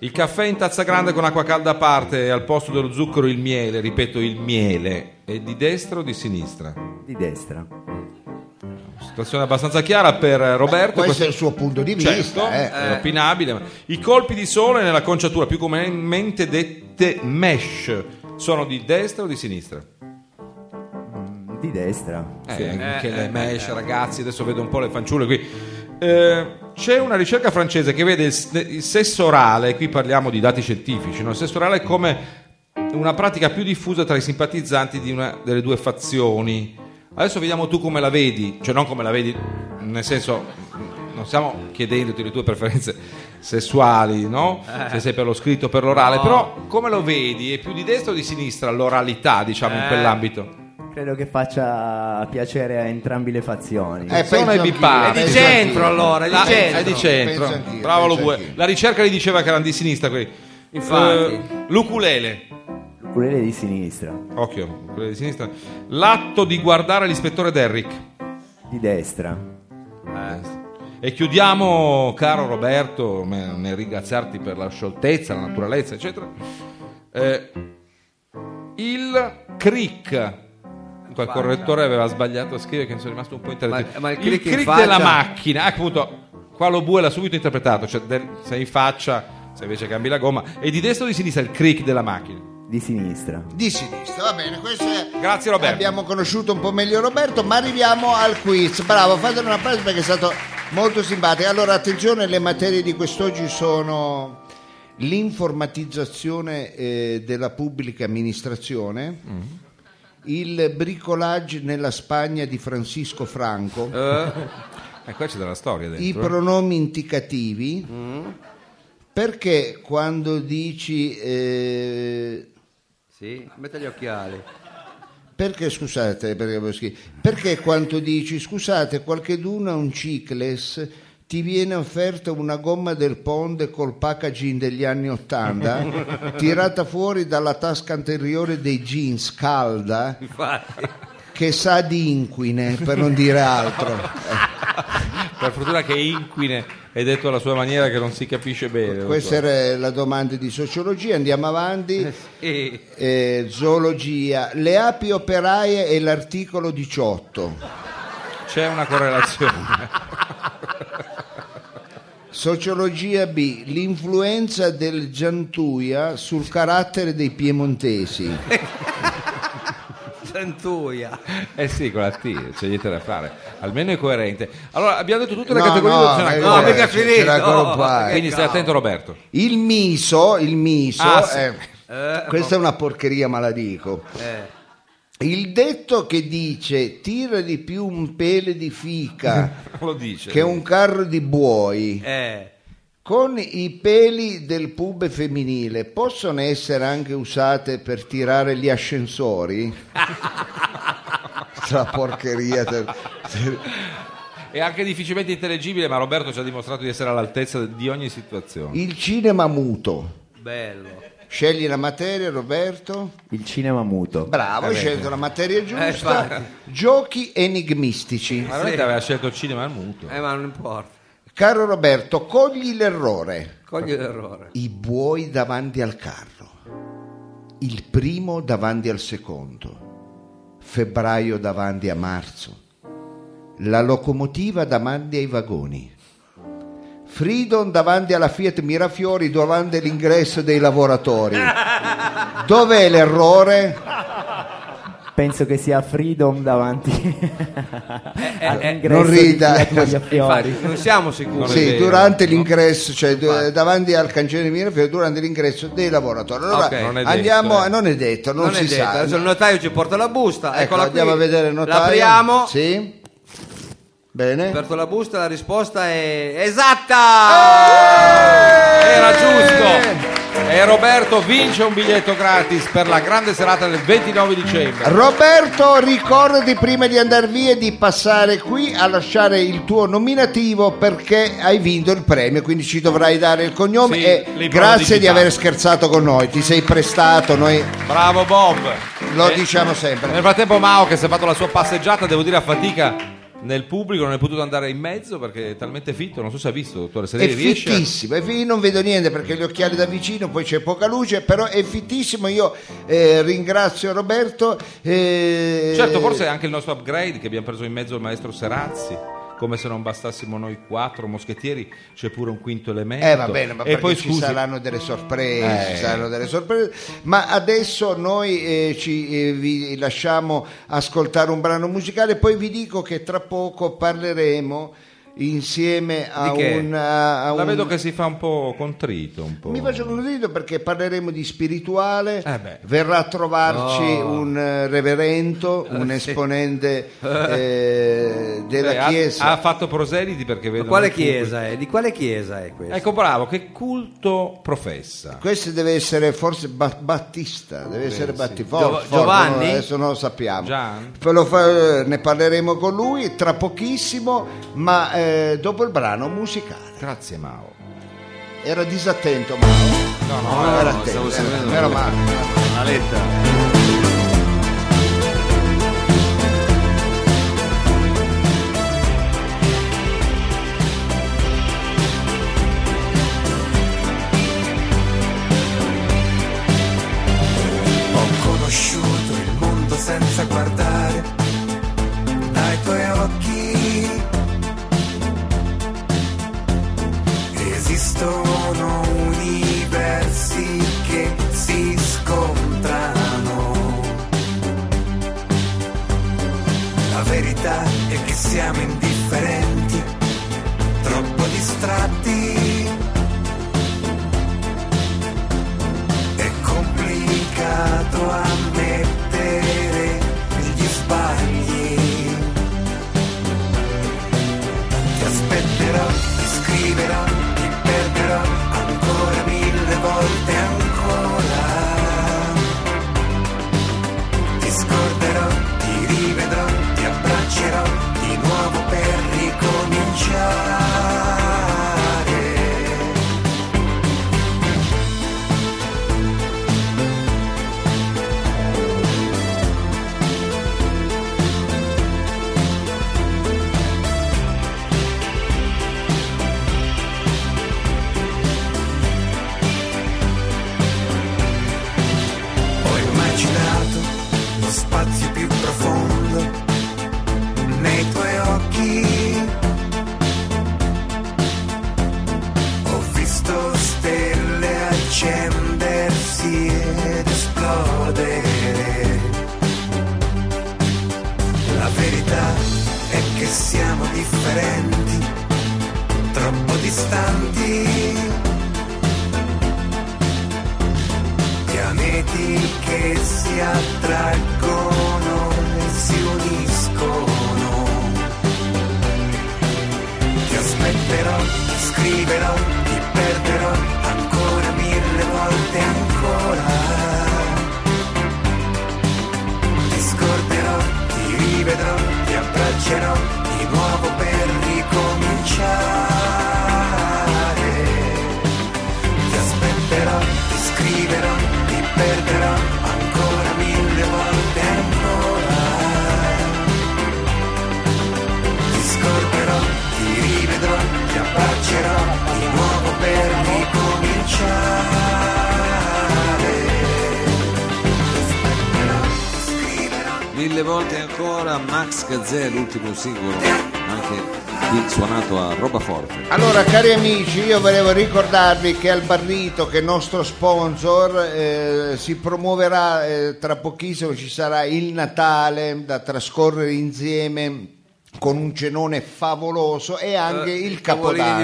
Il caffè in tazza grande con acqua calda a parte e al posto dello zucchero il miele, ripeto il miele, è di destra o di sinistra? Di destra. Situazione abbastanza chiara per Roberto, Questo questo è il suo punto di certo, vista. eh. è opinabile. ma- I colpi di sole nella conciatura più comunemente dette mesh sono di destra o di sinistra? Di destra. Eh, anche le mesh, ragazzi, adesso vedo un po' le fanciulle qui. Eh, c'è una ricerca francese che vede il, s- il sesso orale, qui parliamo di dati scientifici, no? il sesso orale come una pratica più diffusa tra i simpatizzanti di una delle due fazioni. Adesso vediamo tu come la vedi, cioè non come la vedi, nel senso non stiamo chiedendoti le tue preferenze sessuali, no? Se sei per lo scritto o per l'orale, No. però come lo vedi? È più di destra o di sinistra l'oralità, diciamo, in Eh. quell'ambito? Credo che faccia piacere a entrambi le fazioni. Eh, penso sono i anch'io, bipari. È di penso anch'io. centro allora, è di La- centro. è Ah, di centro. Penso anch'io, Bravo penso Lugue. anch'io. La ricerca gli diceva che erano di sinistra quelli. Infatti. Eh, l'ukulele. L'ukulele di sinistra. Occhio, l'ukulele di sinistra. L'atto di guardare l'ispettore Derrick. Di destra. Eh? E chiudiamo, caro Roberto, me- nel ringraziarti per la scioltezza, la naturalezza, eccetera. eh, il crick. Qua il correttore aveva sbagliato a scrivere che mi sono rimasto un po' interessato. Ma- ma il crick in della faccia? macchina, ah, appunto, qua lo bue l'ha subito interpretato, cioè del- sei in faccia, se invece cambi la gomma, e di destra o di sinistra il crick della macchina. Di sinistra. Di sinistra, va bene. Questo è... Grazie Roberto. Abbiamo conosciuto un po' meglio Roberto, ma arriviamo al quiz. Bravo, fatene una pausa perché è stato molto simpatico. Allora, attenzione, le materie di quest'oggi sono l'informatizzazione eh, della pubblica amministrazione, Mm. il bricolage nella Spagna di Francisco Franco, E Eh, qua c'è della storia i dentro. eh. pronomi indicativi. Perché quando dici... eh, Sì, mette gli occhiali. Perché scusate, perché, avevo scritto- perché quando dici scusate, qualcheduno ha un cicles, ti viene offerta una gomma del ponte col packaging degli anni 80, tirata fuori dalla tasca anteriore dei jeans calda, che sa di inquine, per non dire altro. Per fortuna che inquine è detto alla sua maniera che non si capisce bene. Questa dottor. era la domanda di sociologia, andiamo avanti. E Eh, zoologia, le api operaie e l'articolo 18. C'è una correlazione. Sociologia B, l'influenza del Giantuia sul carattere dei piemontesi. Santuia. Eh sì, con la T, c'è niente da fare. Almeno è coerente. Allora, abbiamo detto tutte le No, categorie. no, non ce n'è eh, ancora. no, mica eh, ce- finito, c'era ancora un oh, paio. eh, Quindi stai attento Roberto. Il miso, il miso, Ah, sì. oh. eh, questa è una porcheria ma la dico. Eh, Il detto che dice tira di più un pele di fica Lo dice. che un carro di buoi Eh. con i peli del pube femminile possono essere anche usate per tirare gli ascensori? Sta porcheria. ter- ter- È anche difficilmente intelligibile, ma Roberto ci ha dimostrato di essere all'altezza di ogni situazione. Il cinema muto. Bello. Scegli la materia, Roberto. Il cinema muto. Bravo, hai scelto la materia Eh, giusta. infatti. Giochi enigmistici. Ma veramente aveva scelto il cinema al muto. Eh, ma non importa. Caro Roberto, cogli l'errore. Cogli l'errore. I buoi davanti al carro. Il primo davanti al secondo. Febbraio davanti a marzo. La locomotiva davanti ai vagoni. Freedom davanti alla Fiat Mirafiori davanti all'ingresso dei lavoratori. Dov'è l'errore? Penso che sia Freedom davanti all'ingresso Eh, non rida, di eh, Via Tagliafiori. Infatti, non siamo sicuri. Sì, vero, durante l'ingresso, cioè du- davanti al cancello di Mirafiori, durante l'ingresso dei lavoratori. Allora Ok, non è detto, andiamo, eh. non è detto, non, Non si è detto. eh, sa. Adesso il notaio ci porta la busta. Ecco, Eccola andiamo qui. a vedere il notaio. L'apriamo. Sì. Bene. Aperto la busta, la risposta è esatta. Era giusto. E Roberto vince un biglietto gratis per la grande serata del 29 dicembre. Roberto, ricordati prima di andare via di passare qui a lasciare il tuo nominativo perché hai vinto il premio, quindi ci dovrai dare il cognome Sì, e li grazie provo di digitali. aver scherzato con noi, ti sei prestato, noi Bravo Bob. lo Eh, diciamo sempre. Nel frattempo Mao che si è fatto la sua passeggiata, devo dire a fatica nel pubblico, non è potuto andare in mezzo perché è talmente fitto, non so se ha visto, dottore, se È lei riesce. fittissimo, è fi- non vedo niente perché gli occhiali da vicino, poi c'è poca luce, però è fittissimo, io eh, ringrazio Roberto. eh, Certo, forse è anche il nostro upgrade che abbiamo preso in mezzo il maestro Serazzi. Come se non bastassimo noi quattro moschettieri, c'è pure un quinto elemento. Eh va bene, certo. ma e perché poi ci scusi, Eh. saranno delle sorprese, ci saranno delle sorprese. Ma adesso noi eh, ci, eh, vi lasciamo ascoltare un brano musicale, poi vi dico che tra poco parleremo insieme a Di che? un... a- a la un- vedo che si fa un po' contrito. Un po'. Mi faccio condivido perché parleremo di spirituale, Eh beh. Oh. verrà a trovarci un eh, reverendo, un esponente eh, della Beh, ha- Chiesa. Ha, fatto proseliti perché Eh! vedo. Ma quale nel pubblico- chiesa è? Di quale chiesa è questa? Ecco, bravo, che culto professa. Questo deve essere forse Ba- Battista, deve essere Battiforte. Giov- forse, Giovanni? no, adesso non lo sappiamo. Gian? Ve lo fa- ne parleremo con lui tra pochissimo, ma eh, dopo il brano musicale. Grazie, Mao. Era disattento, ma no, era attento. stavo era- seguendo. meno male. Una lettera. Ho conosciuto il mondo senza guardare dai tuoi occhi. Esistono universi che si scontrano. La verità è che siamo indifferenti, troppo distratti. È complicato ammettere gli sbagli. Ti aspetterò, ti scriverò, ti perderò ancora mille volte ancora. Ti scorderò, ti rivedrò, ti abbraccerò di nuovo per che si attraggono e si uniscono. Ti aspetterò, ti scriverò, ti perderò ancora mille volte ancora. Ti scorderò, ti rivedrò, ti abbraccerò di nuovo per ricominciare ti aspetterò, ti scriverò, ti perderò ancora mille volte ancora. Ti scorderò, ti rivedrò, ti abbraccerò di nuovo per ricominciare. Mille volte ancora Max Gazzè, l'ultimo singolo, anche qui suonato a roba forte. Allora, cari amici, io volevo ricordarvi che al Barrito, che è nostro sponsor, eh, si promuoverà eh, tra pochissimo, ci sarà il Natale da trascorrere insieme con un cenone favoloso e anche il Tavolini Eh, di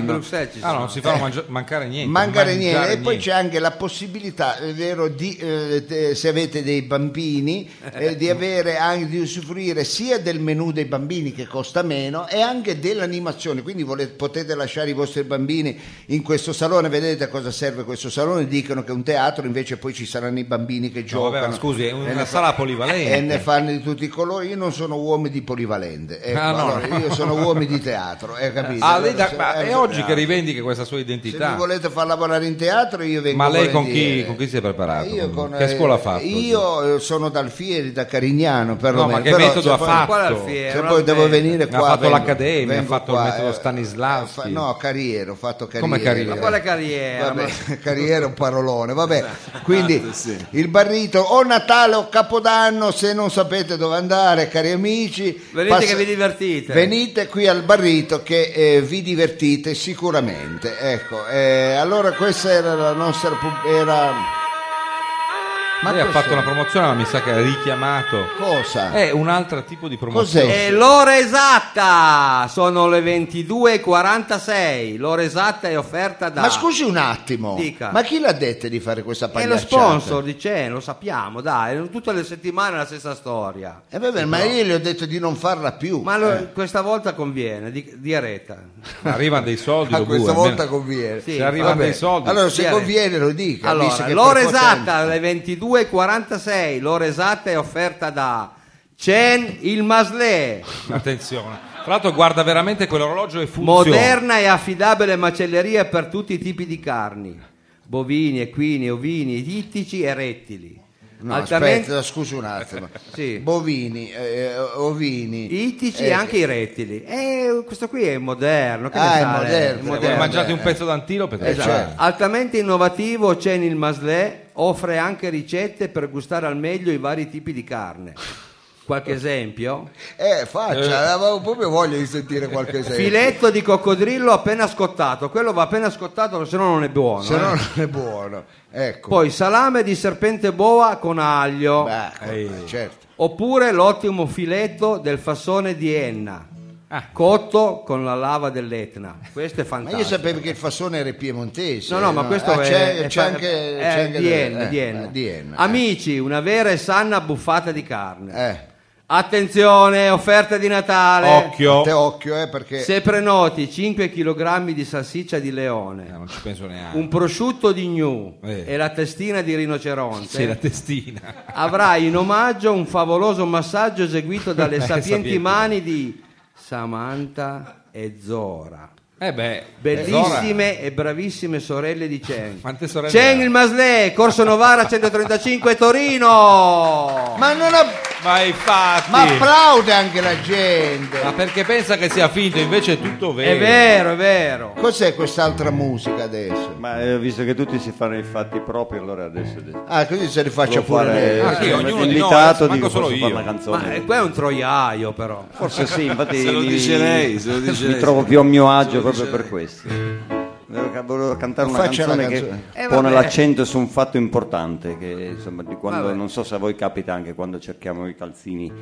Capodanno. Bruxelles ci Ah, sono. no, non si fa mangi- mancare niente. Eh. Mancare niente. mangiare e poi c'è anche la possibilità, è vero, di, eh, te- se avete dei bambini, eh, di avere anche di usufruire sia del menù dei bambini che costa meno e anche dell'animazione. Quindi vole- potete lasciare i vostri bambini in questo salone, vedete a cosa serve questo salone, dicono che è un teatro, invece poi ci saranno i bambini che No, vabbè, giocano. ma scusi, è E una ne sala e ne polivalente. fanno di tutti i colori. Io non sono uomo di polivalente, ecco, Ah, no. allora, io sono uomo di teatro, hai capito? Ah, lei Allora, da- se- ma è ecco, oggi che rivendica questa sua se mi identità. volete far lavorare in teatro, io vengo. Ma lei con chi, volentieri. con chi si è preparato? Io con, che eh, scuola ha fatto? Io eh, sono dal Fieri, da Carignano, no, perlomeno. ma che Però metodo se ha poi- fatto? Qual è il fiere? Se Un poi devo altro- venire qua. Ha fatto vengo- l'accademia, ha vengo fatto qua, il metodo eh, Stanislavski. fa- no, Carriero, ho fatto Carriero. Come Carriero? Ma quale Esatto, carriera? eh. Vabbè, Ma- carriera è un parolone, vabbè. Quindi sì. il barrito o Natale o Capodanno, se non sapete dove andare, cari amici, Venite che vi divertite. Venite qui al barrito che eh, vi divertite sicuramente. Ecco, eh, allora questa era la nostra pub- era Ma Eh. lei ha questo- fatto una promozione, ma mi sa che ha richiamato. cosa? Eh, È un altro tipo di promozione. Cos'è? È l'ora esatta, sono le 22.46. L'ora esatta è offerta da. Ma scusi un attimo, Dica. ma chi l'ha detto di fare questa è lo pagliacciata? sponsor di Cen, lo sappiamo, dai, non tutte le settimane è la stessa storia. Eh, vabbè, ma io le ho detto di non farla più. Ma lo- Eh. questa volta conviene, di, di areta. Arrivano dei soldi. Ah, lo questa bue, volta almeno. conviene. Sì, Se arrivano vabbè. dei soldi. Allora, se Sì, conviene lo dica. visto Allora, che l'ora per forza- esatta alle 22.46, l'ora esatta è offerta da Cen il Maslè. Attenzione. Tra l'altro guarda veramente quell'orologio e funziona. Moderna e affidabile macelleria per tutti i tipi di carni, bovini, equini, ovini, ittici e rettili. No, aspetta, scusi un attimo. Sì. Bovini, eh, ovini. ittici Eh, e anche i rettili. Eh, questo qui è moderno. Che ne Ah, è sa lei? moderno. Se voi moderna, mangiate un eh. pezzo d'antilope, Eh, esatto. certo. Cioè, Altamente innovativo, Cenil Maslè offre anche ricette per gustare al meglio i vari tipi di carne. Qualche esempio? Eh, faccia, avevo proprio voglia di sentire qualche esempio. Filetto di coccodrillo appena scottato. Quello va appena scottato, se no non è buono. Se eh. no non è buono. Ecco. Poi salame di serpente boa con aglio. Beh, ecco, eh, certo. Oppure l'ottimo filetto del fassone di Enna, cotto con la lava dell'Etna. Questo è Ah. Ma fantastico. io sapevo che il fassone era piemontese. No, no, ma questo Ah, è, c'è, è c'è fa- anche è c'è anche di del- Enna, eh, di Enna. eh, di Enna, eh. Amici, una vera e sanna buffata di carne. Eh, Attenzione, offerte di Natale. Occhio. te occhio, eh, perché Se prenoti 5 kg di salsiccia di leone, Eh, non ci penso neanche. un prosciutto di gnu Eh. e la testina di rinoceronte, Sì, la testina. avrai in omaggio un favoloso massaggio eseguito dalle Eh, sapienti sapienti. mani di Samantha e Zora. Eh beh, Zora, Bellissime e bravissime sorelle di Cheng. Quante sorelle Cheng ha? il Maslè, Corso Novara 135 Torino. Ma non ha- Ma infatti. ma applaude anche la gente. Ma perché pensa che sia finto? Invece è tutto vero. È vero, è vero. Cos'è quest'altra musica adesso? Ma eh, visto che tutti si fanno i fatti propri, allora adesso devo Ah, così se li faccio pure fare lei. Ah, sì, sono ognuno di noi, invitato adesso manco dico, solo posso io. fare una canzone. Ma eh, qua è un troiaio però. Forse sì, infatti Se lo mi- dice lei, se lo dice mi lei. trovo più a mio agio proprio dice per lei. questo. Volevo ca- volevo cantare Non una faccia la canzone, canzone. che Eh, pone vabbè. l'accento su un fatto importante, che insomma, di quando, Vabbè. non so se a voi capita anche quando cerchiamo i calzini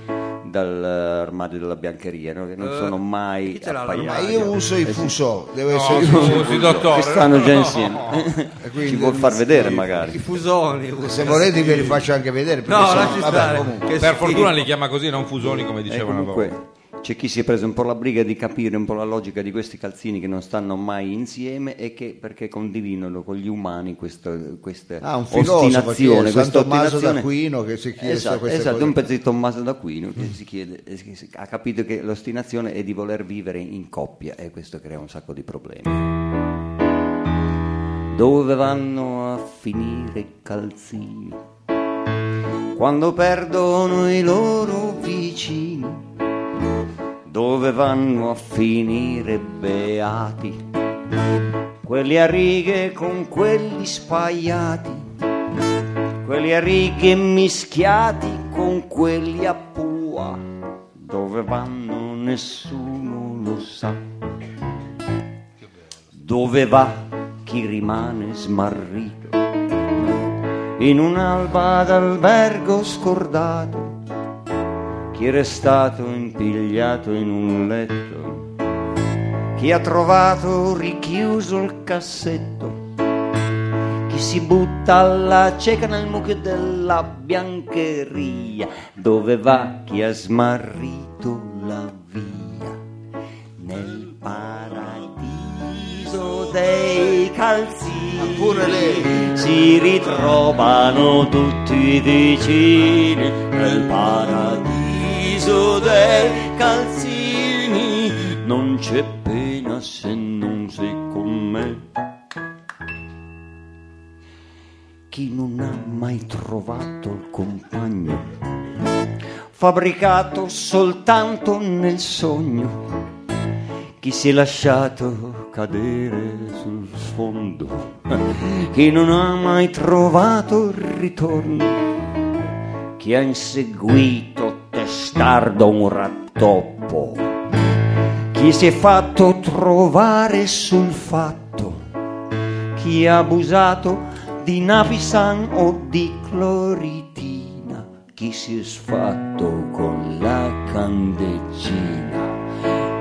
dall'armadio eh, della biancheria, no? che non Eh, sono mai chi ce l'ha Ma appaiati. l'armadio? Che io uso i fuso, deve No, essere scusi dottore. stanno già No. insieme. E quindi Ci vuol far sì. vedere I magari. fusoni. Se volete ve li faccio anche vedere. perché No, sono- lasci vabbè, stare. comunque. che Per schifo. fortuna li chiama così, non Fusoni come E dicevano voi. Eh, comunque c'è chi si è preso un po' la briga di capire un po' la logica di questi calzini che non stanno mai insieme e che perché condividono con gli umani questo, questa Ah, un filosofo, chi è? ostinazione. San questa Tommaso ostinazione- d'Aquino che si chiede Esatto, queste esatto, cose. un pezzo di Tommaso d'Aquino che si chiede, eh, si- si- ha capito che l'ostinazione è di voler vivere in coppia e questo crea un sacco di problemi. Dove vanno a finire i calzini? Quando perdono i loro vicini? Dove vanno a finire beati? Quelli a righe con quelli spagliati? quelli a righe mischiati con quelli a pua, dove vanno nessuno lo sa, dove va chi rimane smarrito, in un'alba d'albergo scordato, chi è restato impigliato in un letto, chi ha trovato richiuso il cassetto chi si butta alla cieca nel mucchio della biancheria, dove va chi ha smarrito la via, nel paradiso dei calzini, Ah, Pure lei. si ritrovano tutti i vicini, nel paradiso dei calzini, non c'è pena se non sei con me. chi non ha mai trovato il compagno, fabbricato soltanto nel sogno, chi si è lasciato cadere sul sfondo, chi non ha mai trovato il ritorno, chi ha inseguito testardo un rattoppo, chi si è fatto trovare sul fatto chi ha abusato di Napisan o di cloritina, chi si è sfatto con la candeggina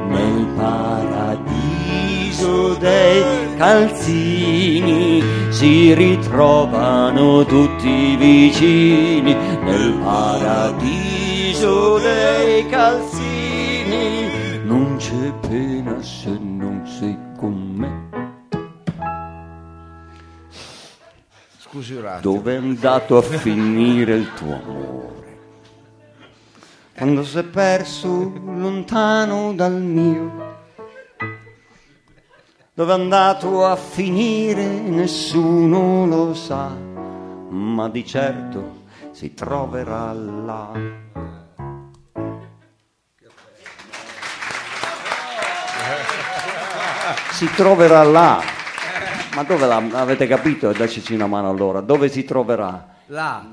nel paradiso dei calzini si ritrovano tutti i vicini nel paradiso dei calzini non c'è pena se non sei con me Scusi un attimo. Dove è andato a finire il tuo amore? Quando si è perso lontano dal mio. Dove è andato a finire nessuno lo sa, ma di certo si troverà là. Si troverà là. Ma dove la, avete capito? Dateci una mano allora. Dove si troverà? Là.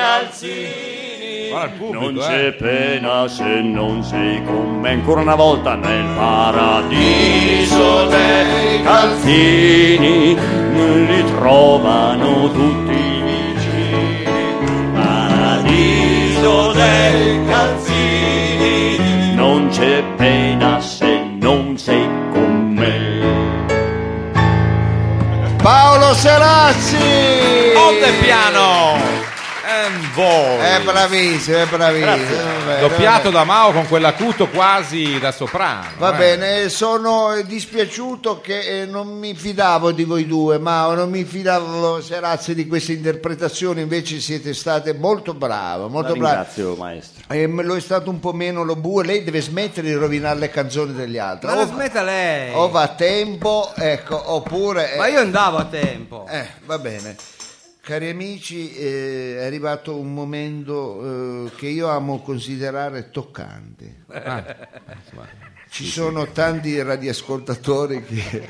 Guarda il Non pubblico, eh. c'è pena se non sei con me ancora una volta nel paradiso dei calzini li trovano tutti i vicini paradiso dei calzini non c'è pena se non sei con me Paolo Serazzi! Onde piano! Eh, And voi. È bravissimo, è bravissimo. Vabbè, Doppiato vabbè. da Mao con quell'acuto quasi da soprano. Va eh. bene, sono eh, dispiaciuto che eh, non mi fidavo di voi due, ma non mi fidavo Serazzi di queste interpretazioni, invece siete state molto brave, molto brave. maestro E me Ehm, lo è stato un po' meno lo bue, lei deve smettere di rovinare le canzoni degli altri. Ma la O- smetta lei. Oh, o va a tempo, ecco, oppure... Ma io andavo a tempo. Eh, va bene. Cari amici, eh, è arrivato un momento eh, che io amo considerare toccante. Ci sono tanti radioascoltatori che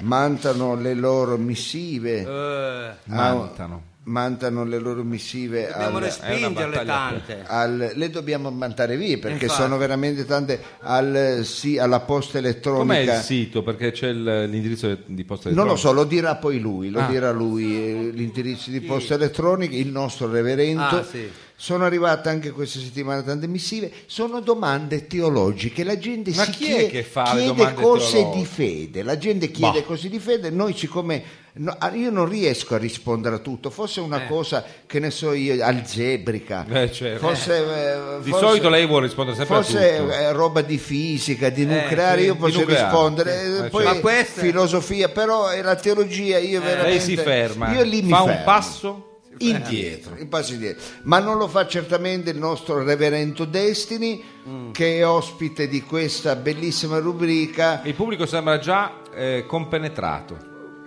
mantano le loro missive. Eh, Mantano. mantano le loro missive Dobbiamo al, respingerle tante. al- le dobbiamo mandare via perché Infatti. sono veramente tante al, sì, alla posta com'è il elettronica sito? Perché c'è il- l'indirizzo di posta non lo elettronica. so, lo dirà poi lui, lo Ah. dirà lui eh, l'indirizzo di posta elettronica, il nostro reverendo. Ah, sì. Sono arrivate anche questa settimana tante missive, sono domande teologiche, la gente Ma si chi è chiede, che fa le chiede domande cose teologiche? di fede, la gente chiede Bah. cose di fede, noi siccome no, ah, io non riesco a rispondere a tutto, forse una cosa che ne so io, algebrica, Eh, certo. forse, eh, Di forse- solito lei vuole rispondere sempre Forse a tutto. Eh, è roba di fisica, di nucleare, sì, io di posso nucleare, rispondere. sì, eh, ma poi certo. Ma questa- filosofia, però è la teologia, io veramente... Eh, Lei si ferma, Io lì mi fa un fermo. passo. Indietro, un passo indietro. ma non lo fa certamente il nostro reverendo Destini Mm. che è ospite di questa bellissima rubrica. Il pubblico sembra già eh, compenetrato,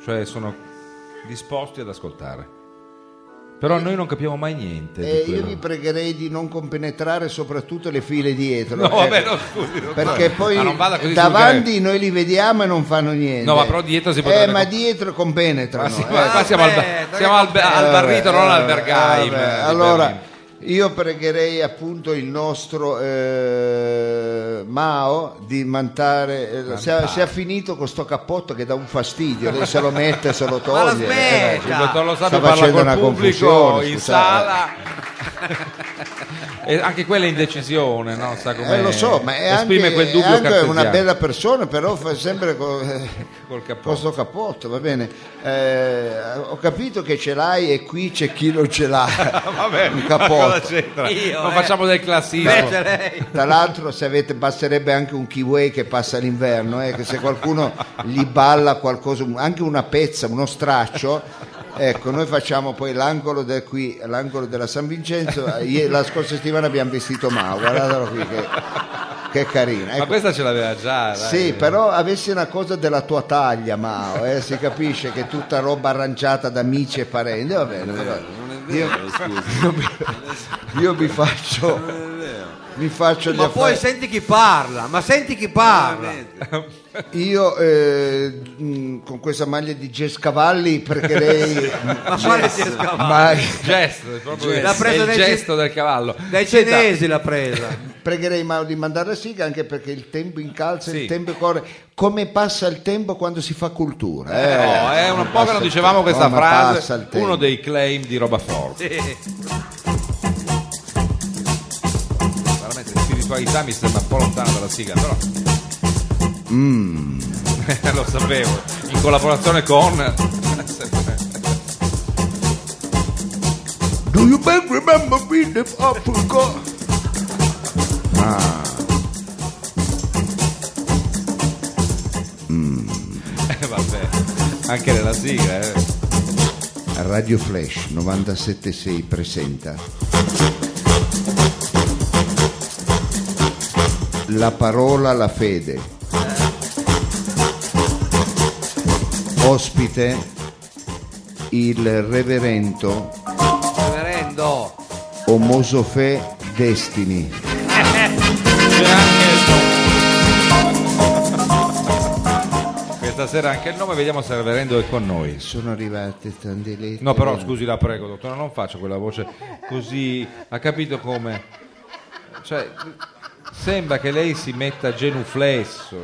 cioè sono disposti ad ascoltare. Però noi non capiamo mai niente. di E Eh, io quello. vi pregherei di non compenetrare soprattutto le file dietro. No, vabbè, eh, no, scusi, non perché vada- poi ma non vada così sul davanti noi li vediamo e non fanno niente. No, ma però dietro si Eh, potrebbe- ma dietro compenetrano. Ma sì, eh. ma qua siamo al, vabbè, siamo al- al Eh, Barrito, vabbè, non al eh, Bergheim. vabbè. eh, di Allora, Berlino. io pregherei appunto il nostro eh, Mao di mantare. eh, se, ha, se ha finito con sto cappotto che dà un fastidio, lei se lo mette, se lo Ma la toglie. eh, Il dottor Lo Sapio Sta parla facendo col una pubblico confusione, in scusate. sala. e anche quella è indecisione, no? Sa com'è. Eh, lo so, ma è anche, esprime quel è dubbio anche cartesiano. una bella persona, però fa sempre con eh, Col cappotto. con sto cappotto, va bene. Eh, ho capito che ce l'hai e qui c'è chi non ce l'ha. Vabbè, un ma cosa cappotto. c'entra? Io, non eh. facciamo del classismo. Invece lei- Tra l'altro, se avete, basterebbe anche un kiwi che passa l'inverno, eh, che se qualcuno gli balla qualcosa, un- anche una pezza, uno straccio. Ecco, noi facciamo poi l'angolo, del qui, l'angolo della San Vincenzo. Eh, ie- La scorsa settimana abbiamo vestito Mau, guardatelo qui che, che carina. Ma Ecco, questa ce l'aveva già. dai. sì, però avessi una cosa della tua taglia, Mao, eh, si capisce che è tutta roba arrangiata da amici e parenti. Eh, Va bene, va bene. Non è vero, scusi. Io mi faccio, mi faccio gli Ma poi affari. senti chi parla, ma senti chi parla. Io eh, mh, con questa maglia di Gescavalli pregherei Ma quale si è scavata? ma- Il gesto, è proprio L'ha preso è il dai- gesto del cavallo. Dai Senta. cinesi l'ha presa. pregherei Mao di mandare la sigla anche perché il tempo incalza, Sì. il tempo corre. Come passa il tempo quando si fa cultura? Eh, eh? no, è un po' che non dicevamo questa Come passa il frase, tempo. uno dei claim di roba forte. Sì. Veramente spiritualità mi sembra un po' lontana dalla sigla, però. Lo sapevo, in collaborazione con. eh, Do you back remember me the Africa? Eh, Vabbè, anche nella sigla, eh. Radio Flash 976 presenta La parola la fede. Ospite il reverendo Reverendo. Omosofè Destini. C'è anche il nome. Questa sera anche il nome, vediamo se il reverendo è con noi. Sono arrivate tante lettere. No, però scusi, la prego, dottore, non faccia quella voce così. Ha capito come? Cioè, sembra che lei si metta genuflesso,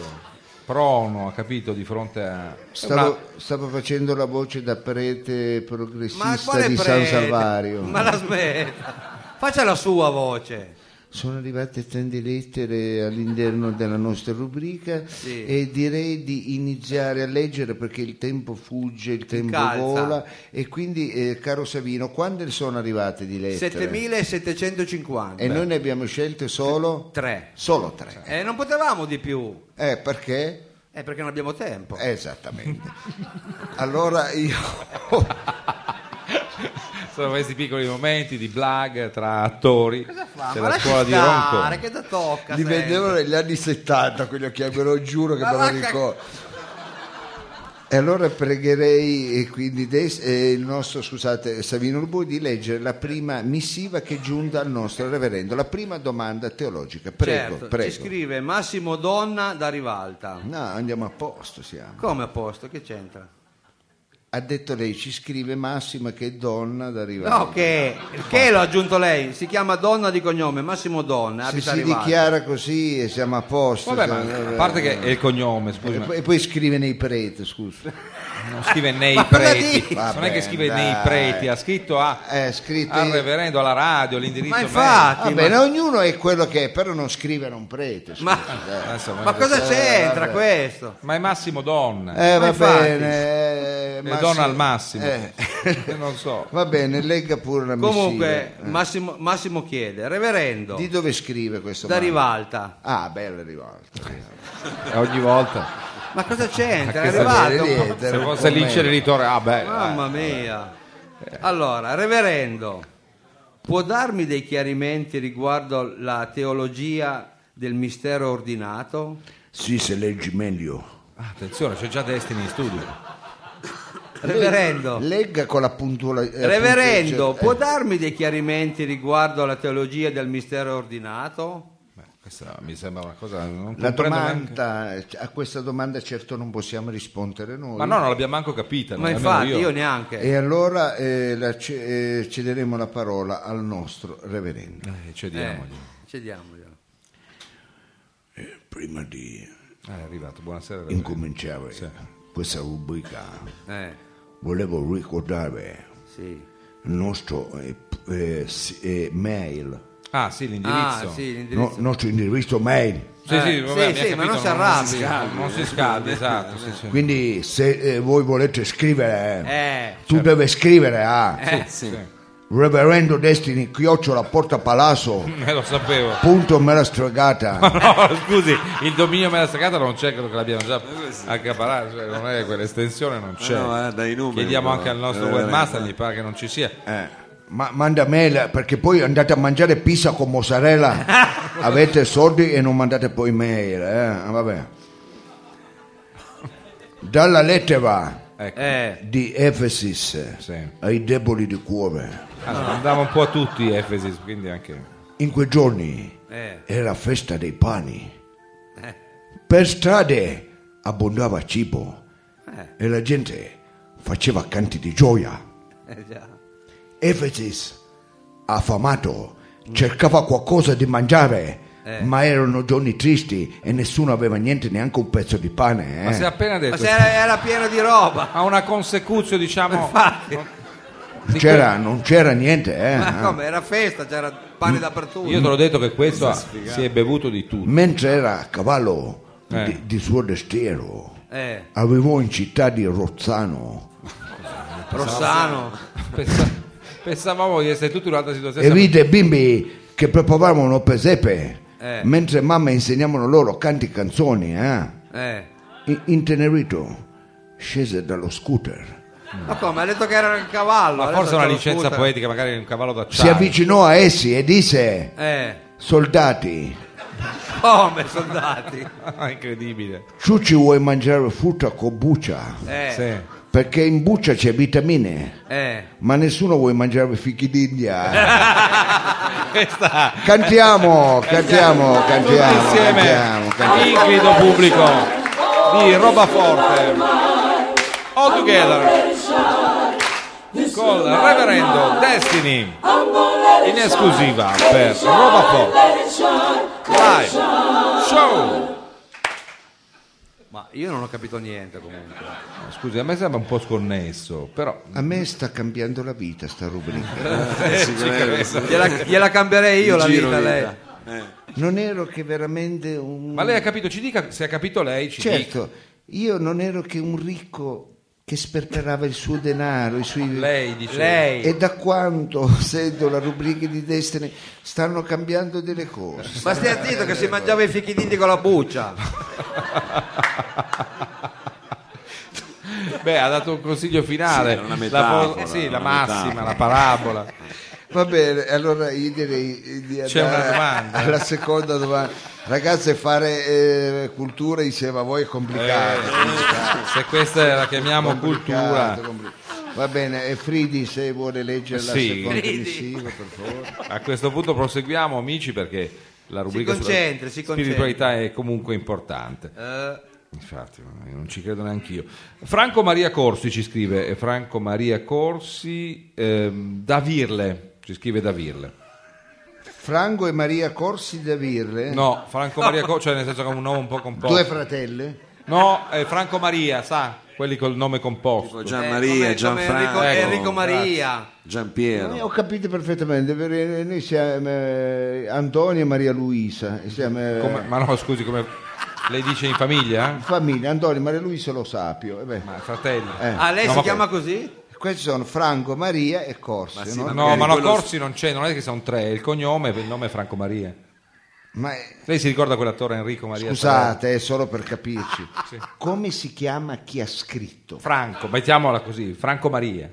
prono, ha capito, di fronte a. Stavo, stavo facendo la voce da prete Ma progressista quale di San prete? Salvario. Ma la smetta. Faccia la sua voce. Sono arrivate tante lettere all'interno della nostra rubrica Sì. e direi di iniziare a leggere perché il tempo fugge, il tempo calza. vola e quindi eh, caro Savino, quante sono arrivate di lettere? 7750. Eh, E noi ne abbiamo scelte solo? Tre. Solo tre. Eh, non potevamo di più. Eh, perché? Eh, perché non abbiamo tempo. Eh, esattamente. allora io... Sono questi piccoli momenti di blag tra attori Fa, ma della lasci scuola di stare, Ronco. che da tocca. Li sempre. vendevano negli anni 70, quelli che ve lo giuro che Ma me lo va che- ricordo. E allora pregherei eh, quindi Des- eh, il nostro, scusate, Savino Urbù di leggere la prima missiva che è giunta al nostro reverendo, la prima domanda teologica. Prego, certo, prego. Mm. ci scrive Massimo Donna da Rivalta. No, andiamo a posto siamo. Come a posto, che c'entra? Ha detto lei, ci scrive Massima che è donna da arrivare. No, che, che l'ho aggiunto lei, si chiama Donna di cognome, Massimo Donna, Se abita a si Rivalta. dichiara così e siamo a posto. Vabbè, siamo- ma a parte che è il cognome, scusi, E ma Eh, poi, e poi scrive nei preti, scusa. non scrive nei Ma cosa preti. dici? Non è che scrive Vabbè, nei dai. Eh, preti, ha scritto a- È scritto... al reverendo, alla radio, l'indirizzo. Ma mail. infatti, Va bene, ma, ognuno è quello che è, però non scrivere un prete. eh. scusa, Ma- dai. Ma Eh, insomma, ma cosa c'entra vabbè. questo? Ma è Massimo Donna. Eh, Ma va infatti. bene. eh, Le Massi- donna al massimo. Eh. non so. va bene, legga pure la missiva. Comunque, Massimo, Massimo chiede, Reverendo, eh. Di dove scrive questo? da Mario? Rivalta, Ah, bella rivolta. Eh, Ogni volta. ma cosa c'entra? È Rivalta, arrivato un po'- Se fosse l'inceneritore, ah beh. Mamma mia. Allora, Reverendo, può darmi dei chiarimenti riguardo la teologia del mistero ordinato? Sì, se leggi meglio. Ah, Attenzione, c'è già Destiny in studio. Reverendo, Legga con la puntuola. eh, Reverendo, punteggia- può eh, darmi dei chiarimenti riguardo alla teologia del mistero ordinato? Beh, questa mi sembra una cosa. Non La comprendo neanche- domanda, a questa domanda certo non possiamo rispondere noi. Ma no, non l'abbiamo manco capita. Ma nemmeno infatti io. io neanche. Eh, E allora eh, la ce- eh, cederemo la parola al nostro reverendo. Eh, cediamogli. Cediamoglielo. Cediamoglielo. Prima di Ah, è arrivato, buonasera. incominciare questa rubrica, Eh, volevo ricordare sì. il nostro eh, p- eh, s- eh, mail, Ah, sì, l'indirizzo. Ah, sì, l'indirizzo. no- nostro indirizzo mail. Sì, sì, Eh, vabbè, sì, mi ha sì, ma non si capito, arrabbi. scaldi, Non si scaldi, esatto. sì, sì. Quindi se eh, voi volete scrivere, Eh, tu devi scrivere a eh, Sì. Reverendo Destini Chiocciola Porta Palazzo. Eh, lo sapevo. Punto me la stregata. No, scusi, il dominio me l'ha staccata non c'è, credo che l'abbiamo già accaparato, cioè, non è quell'estensione, non Cioè, c'è. No, eh, dai numeri, Chiediamo però. anche al nostro Eh, webmaster, eh. mi pare che non ci sia. Eh, ma- manda mail perché poi andate a mangiare pizza con mozzarella. Avete soldi e non mandate poi mail. eh, vabbè. Dalla lettera Ecco, eh. di Efesis sì. ai deboli di cuore. Ah, Andava un po' a tutti Efesis, quindi anche... In quei giorni eh. era festa dei pani. Per strade abbondava cibo e la gente faceva canti di gioia. eh, già. Efesis, affamato, cercava qualcosa di mangiare, Eh. ma erano giorni tristi e nessuno aveva niente, neanche un pezzo di pane. eh. Ma si è appena Ma detto, se era, era pieno di roba. ha una consecuzio, diciamo... Non c'era, non c'era niente. eh. Ma come, era festa, c'era pane dappertutto. Io te l'ho detto che questo ha- si è bevuto di tutto. Mentre era a cavallo Eh. di, di suo destiero, Eh, arrivò in città di Rozzano Rossano. Pensa- Pensavamo di essere tutti in un'altra situazione. e vide bimbi che preparavano presepe, Eh. mentre mamme insegnavano loro canti e canzoni. eh. Eh. I- Intenerito, scese dallo scooter. Ma come, ha detto che era il cavallo. Mm. Ma ha forse detto una che era licenza lo scooter. poetica, magari un cavallo d'acciaio. Si avvicinò a essi e disse: Eh, Soldati, come, soldati. Ah, Incredibile. tu ci vuoi mangiare frutta con buccia? Eh, Sì. Perché in buccia c'è vitamine, eh. ma nessuno vuole mangiare fichi d'India. Questa Cantiamo, cantiamo, tutti cantiamo. cantiamo, insieme cantiamo. inquido pubblico di roba forte. All together con il reverendo Destiny in esclusiva per roba forte. Live show. Ma io non ho capito niente comunque. Scusi, a me sembra un po' sconnesso, però A me sta cambiando la vita sta rubrica. Gliela, gliela cambierei io la Giro vita a lei. vita. Non ero che veramente un. Ma lei ha capito, ci dica se ha capito lei, ci dica. Certo, io non ero che un ricco che sperperava il suo denaro, i suoi. Lei dice. Lei. E da quanto sento la rubrica di Destiny stanno cambiando delle cose. Ma stai attento che si mangiava i fichi d'indi con la buccia. Beh, ha dato un consiglio finale. Sì, era una la, metafora, sì, la una massima, metafora. la parabola. Va bene, allora io direi di C'è una andare domanda. eh? alla seconda domanda. Ragazze, fare eh, cultura insieme a voi è complicato. Se questa è- la chiamiamo complicato, Eh, diciamo cultura, compli- Va bene, e Fridi se vuole leggere la Sì. seconda missiva, per favore. a questo punto proseguiamo, amici, perché la rubrica sulla concentri, si concentri. spiritualità è comunque importante. Eh, Infatti, non ci credo neanche io. Franco Maria Corsi ci scrive, e Franco Maria Corsi ehm, da Virle, ci scrive da Virle. Franco e Maria Corsi da Virle, No, Franco Maria Corsi, cioè nel senso che è un nome un po' composto. Eh. due fratelli. No, è Franco Maria, sa, quelli col nome composto. Gianmaria, Eh, come- come Gianfranco, Enrico, ecco, Enrico Maria. Eh, Giampiero. Ho capito perfettamente, perché noi siamo eh, Antonio e Maria Luisa, e siamo eh, Come- ma no, scusi, come lei dice in famiglia? famiglia, Antonio e Maria Luisa lo sapio. e beh, Ma fratelli. Eh. Ah, lei No, si ma- chiama così? Questi sono Franco, Maria e Corsi. no? ma- No, ma no, Quello- Corsi non c'è, non è che sono tre, è il cognome, il nome è Franco Maria. Ma eh, Lei si ricorda quell'attore Enrico Maria? Ferrari? scusate, è solo per capirci. Come si chiama chi ha scritto? Franco, mettiamola così, Franco Maria.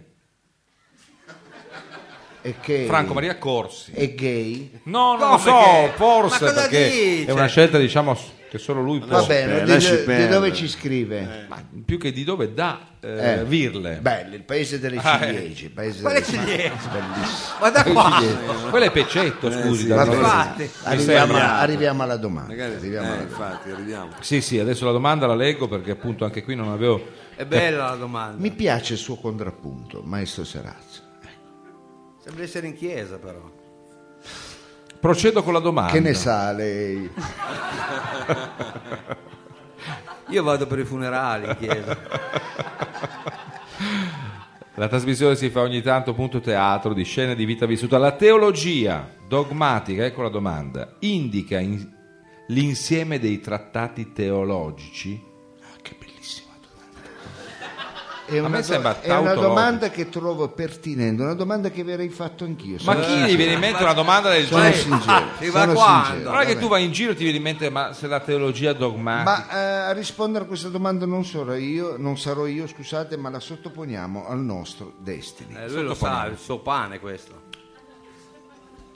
E che Franco Maria Corsi. è gay? No, non No, lo so, perché- forse ma cosa perché dice? è una scelta, diciamo, s- che solo lui può. Va bene, di, lasci di perdere. dove ci Eh. scrive? Ma più che di dove da eh, Eh. Virle. Bello, il paese delle Ah, eh. ciliegie. il paese Quale delle ciliegie? Bellissimo. Ma da Quale qua? ciliegie? Quello è Pecetto, scusi. da Va dove- bene. Infatti. Arriviamo, sembra- arriviamo alla domanda. Magari- arriviamo eh, alla domanda. infatti, arriviamo. Sì, sì, adesso la domanda la leggo perché appunto anche qui non avevo... È bella la domanda. Mi piace il suo contrappunto, maestro Serazzo. Sembra essere in chiesa però. Procedo con la domanda. Che ne sa lei? Io vado per i funerali in chiesa. La trasmissione si fa ogni tanto punto teatro di scene di vita vissuta. La teologia dogmatica, ecco la domanda, indica in- l'insieme dei trattati teologici? È me una, do- sembra è una tautologico. domanda che trovo pertinente, una domanda che avrei fatto anch'io. Ma sono chi gli viene in mente una domanda del Sono genere? sincero, si va sono quando? sincero, Non è che vabbè. tu vai in giro e ti viene in mente ma se la teologia dogmatica... Ma eh, a rispondere a questa domanda non sarò io, non sarò io, scusate, ma la sottoponiamo al nostro destino. Eh, lui lo sa, è il suo pane questo.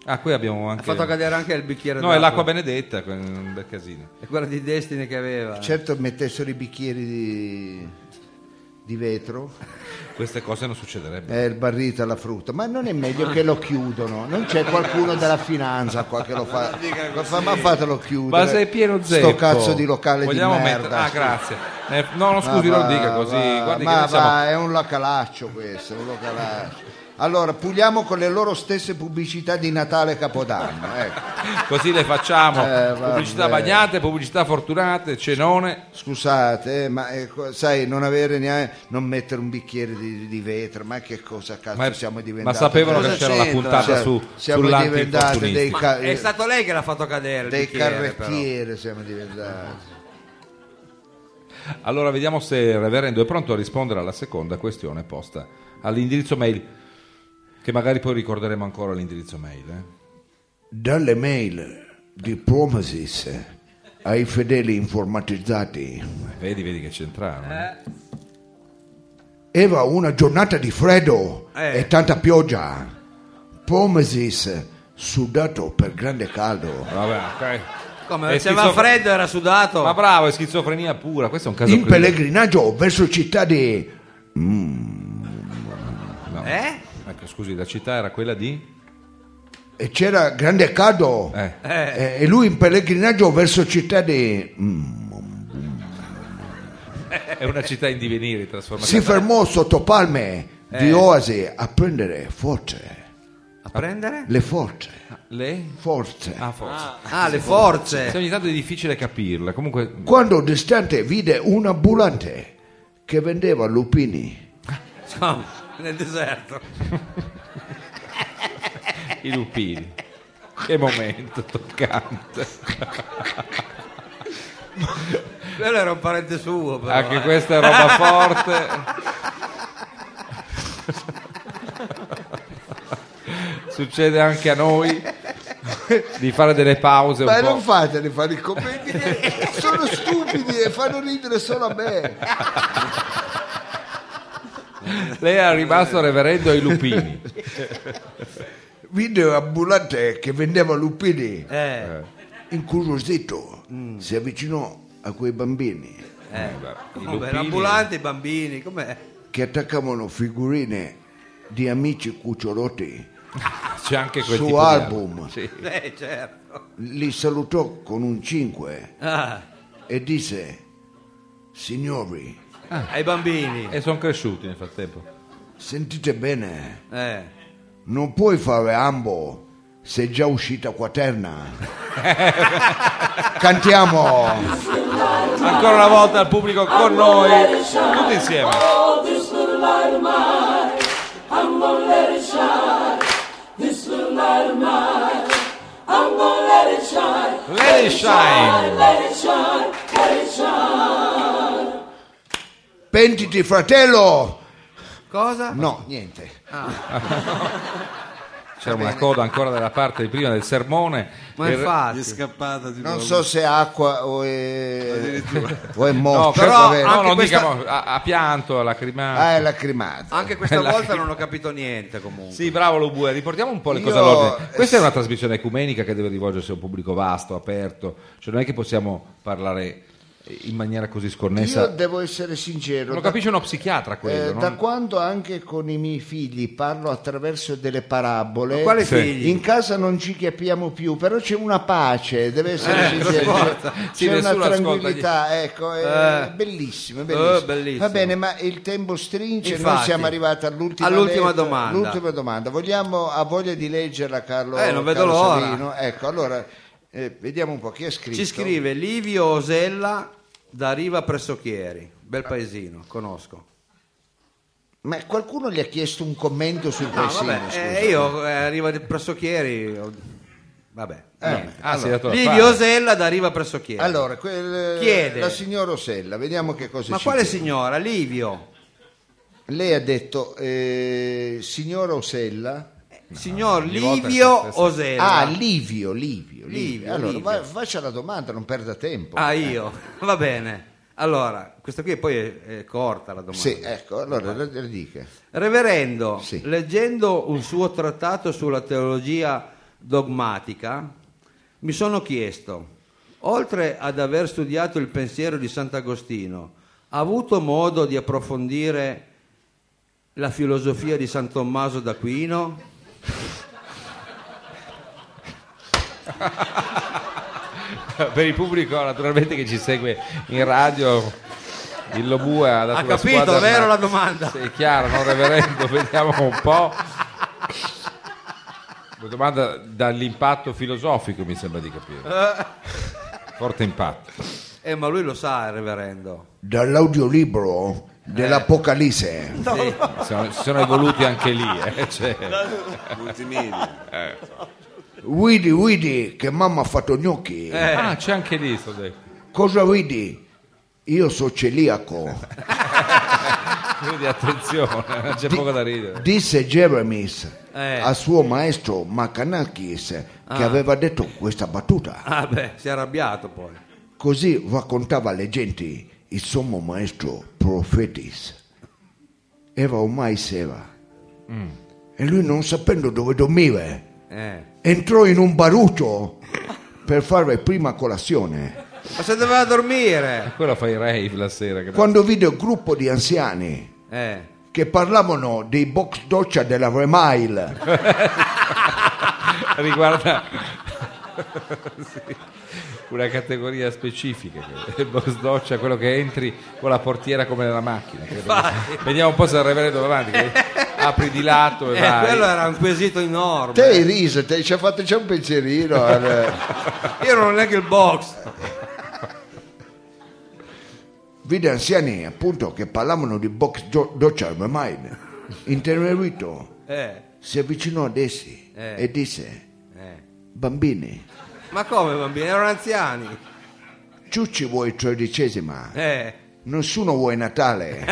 Ah, qui abbiamo anche... Ha fatto cadere anche il bicchiere No, è d'acqua. l'acqua benedetta, que- un bel casino. È quella di Destiny che aveva. Certo mettessero i bicchieri di, di vetro Queste cose non succederebbero. e il barrito alla frutta, ma non è meglio che lo chiudono, non c'è qualcuno della finanza qua che lo fa, lo fa- ma fatelo chiudere. Ma sei pieno zeppo. Sto cazzo di locale Vogliamo di merda. mettere- Ah, scusa. grazie. Eh, no, no, scusi, Ma non Ah, va, dica così. va, Guardi che ma noi siamo- va, è un localaccio questo, è un localaccio. Allora, puliamo con le loro stesse pubblicità di Natale e Capodanno. ecco. Così le facciamo. Eh, vabbè. pubblicità bagnate, pubblicità fortunate, cenone. Scusate, eh, ma eh, co- sai, non avere neanche, non mettere un bicchiere di, di vetro, ma che cosa cazzo Ma, siamo diventati? ma sapevano Cosa che c'era la c'entra? puntata Cioè, su, siamo diventati sull'anti-infortunisti. dei, Ma ca- è stato lei che l'ha fatto cadere. il dei bicchiere, però. carrettieri, siamo diventati. Allora vediamo se il reverendo è pronto a rispondere alla seconda questione posta all'indirizzo mail, che magari poi ricorderemo ancora l'indirizzo mail. eh. Dalle mail di Promises ai fedeli informatizzati Vedi, vedi che c'entrano. eh. Era una giornata di freddo Eh. e tanta pioggia. Promesis sudato per grande caldo. eh. Vabbè, È Come faceva schizofre- freddo, era sudato. ok. Eh, Ma bravo, è schizofrenia pura, questo è un caso In clinico. pellegrinaggio verso città di... No. Eh? Ecco, scusi, la città era quella di... E c'era grande caldo. Eh. E- E lui in pellegrinaggio verso città di... Mm. Eh. È una città in divenire, trasformata. Si fermò sotto palme di oasi a prendere forze. A prendere? Le forze. Lei? Forze. Ah, forse. Ah, le forze. Se Eh. ogni tanto è difficile capirla, comunque... Quando distante vide un ambulante che vendeva lupini. Insomma, nel deserto. i lupini. Che momento toccante. Quello era un parente suo, però. Anche questa è roba forte. Succede anche a noi di fare delle pause un Ma po'. non fateli fare i commenti, che sono stupidi e fanno ridere solo a me. Lei era rimasto reverendo ai lupini. video ambulante che vendeva lupini. Eh, Incuriosito, Mm. si avvicinò a quei bambini Eh, come, l'ambulante, i bambini, com'è? che attaccavano figurine di amici cucciolotti C'è anche quel su tipo di album. album. Eh, certo. Li salutò con un 5 Ah, e disse: Signori, Ah, ai bambini. E sono cresciuti nel frattempo. sentite bene. Eh. Non puoi fare ambo se è già uscita quaterna. Cantiamo! Ancora una volta il pubblico con noi, tutti insieme. Let it shine. Pentiti fratello! Cosa? No, niente. C'era una coda ancora dalla parte di prima del sermone. Ma Il- Gli è infatti. scappata di Non nuovo. so se è acqua o è, o è No, morta. però vabbè. no, non questa- dica, mo- ha, ha pianto, ha lacrimato. Ah, è lacrimata. Anche questa volta non ho capito niente comunque. Sì, bravo Lobue, riportiamo un po' le cose Io- all'ordine. Questa è una trasmissione ecumenica che deve rivolgersi a un pubblico vasto, aperto, cioè non è che possiamo parlare in maniera così Io sconnessa. devo essere sincero. Lo da- capisce uno psichiatra quello, eh, non- da quando anche con i miei figli parlo attraverso delle parabole, Ma quali Sì. figli? in casa non ci capiamo più, però c'è una pace, deve essere sincero, ascolta. c'è- Sì, c'è una nessuno ascolta. tranquillità, ecco, è Eh. bellissimo, è Eh, bellissimo. bellissimo. Va bene, ma il tempo stringe, noi Infatti. siamo arrivati all'ultima, All'ultima lettera, domanda. l'ultima domanda. Vogliamo, ha voglia di leggerla Carlo? Eh, non vedo Carlo l'ora. Savino? Ecco, allora eh, vediamo un po' chi ha scritto. Ci scrive Livio Osella da Riva presso Chieri, bel paesino, conosco. Ma qualcuno gli ha chiesto un commento sul No, paesino, Ah, vabbè, scusa. eh, io eh, Riva di- presso Chieri, ho- vabbè. Eh, niente. Ah, sì, dottore, Livio parla. Osella da Riva presso Chieri. Allora, quel- Chiede. la signora Osella, vediamo che cosa Ma ci quale chiede. signora? Livio. Lei ha detto, eh, signora Osella. Signor ogni volta è la stessa. Livio Osella. Ah, Livio, Livio, Livio. Livio, allora, Livio. va- faccia la domanda, non perda tempo. Ah, io. Va bene. Allora, questa qui poi è, è corta la domanda. Sì, ecco, allora le, le dica. Reverendo, Sì. leggendo un suo trattato sulla teologia dogmatica, mi sono chiesto, oltre ad aver studiato il pensiero di Sant'Agostino, ha avuto modo di approfondire la filosofia di San Tommaso d'Aquino? per il pubblico naturalmente che ci segue in radio il Lobue ha dato Ha una capito, squadra- vero la domanda? Sì, è chiaro, non reverendo, vediamo un po'. Una domanda dall'impatto filosofico mi sembra di capire. Forte impatto. Eh, ma lui lo sa, il reverendo. Eh. Dall'audiolibro dell'Apocalisse. Sì. Si sono, si sono evoluti anche lì. eh, cioè. Multimedia. Vidi, vidi, che mamma ha fatto gnocchi. Eh. Ah, c'è anche lì, sto detto. Cosa vedi? Io so celiaco. Quindi attenzione, eh, c'è poco da ridere. Disse Jeremis Eh. a suo maestro Macanakis che Ah. aveva detto questa battuta. Ah, beh, si è arrabbiato poi. Così raccontava alle genti il sommo maestro Profetis. Era ormai sera Mm. e lui non sapendo dove dormire Eh. entrò in un baruccio per fare prima colazione. Ma se doveva dormire? Quello fa i rave la sera. Che Quando vide un gruppo di anziani Eh. che parlavano dei box doccia della Remail, riguarda Sì. una categoria specifica che- il boss doccia quello che entri con la portiera come nella macchina credo che- vediamo un po' se il reverendo va avanti che apri di lato e Eh, vai quello era un quesito enorme. te riso, te ci ha fatto già un pensierino. eh. Io non ho neanche il box. vide anziani appunto che parlavano di box do- doccia della Remail, intenerito. Eh, si avvicinò ad essi Eh. e disse: eh. Bambini, Ma come bambini? Erano anziani. Ciucci vuoi tredicesima, Eh, nessuno vuole Natale.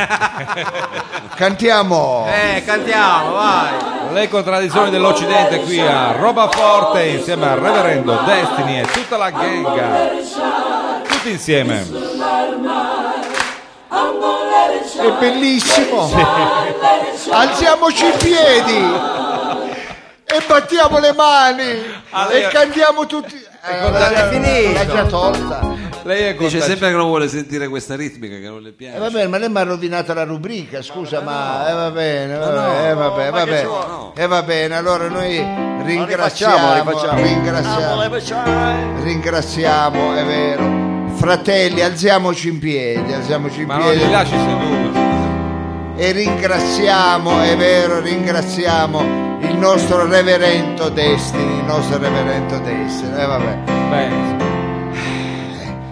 Cantiamo! eh cantiamo, vai. le contraddizioni dell'occidente qui a roba forte insieme al reverendo Destiny e tutta la gang tutti insieme È bellissimo! Alziamoci in piedi! e battiamo le mani Ah, lei- e cantiamo tutti. Eh, l'ha l'ha- L'ha già tolta. Lei è Dice contagi- sempre che non vuole sentire questa ritmica, che non le Eh, piace. va bene, ma lei mi ha rovinato la rubrica, scusa, ma eh, va bene, va bene, eh, va bene, va bene. Eh, va bene, allora noi ringraziamo, ringraziamo, ringraziamo, è vero. Fratelli, alziamoci in piedi, alziamoci in Ma non li piedi lasci seduto. e ringraziamo, è vero, ringraziamo il nostro reverendo Destini, il nostro reverendo Destini, eh, va bene. Beh.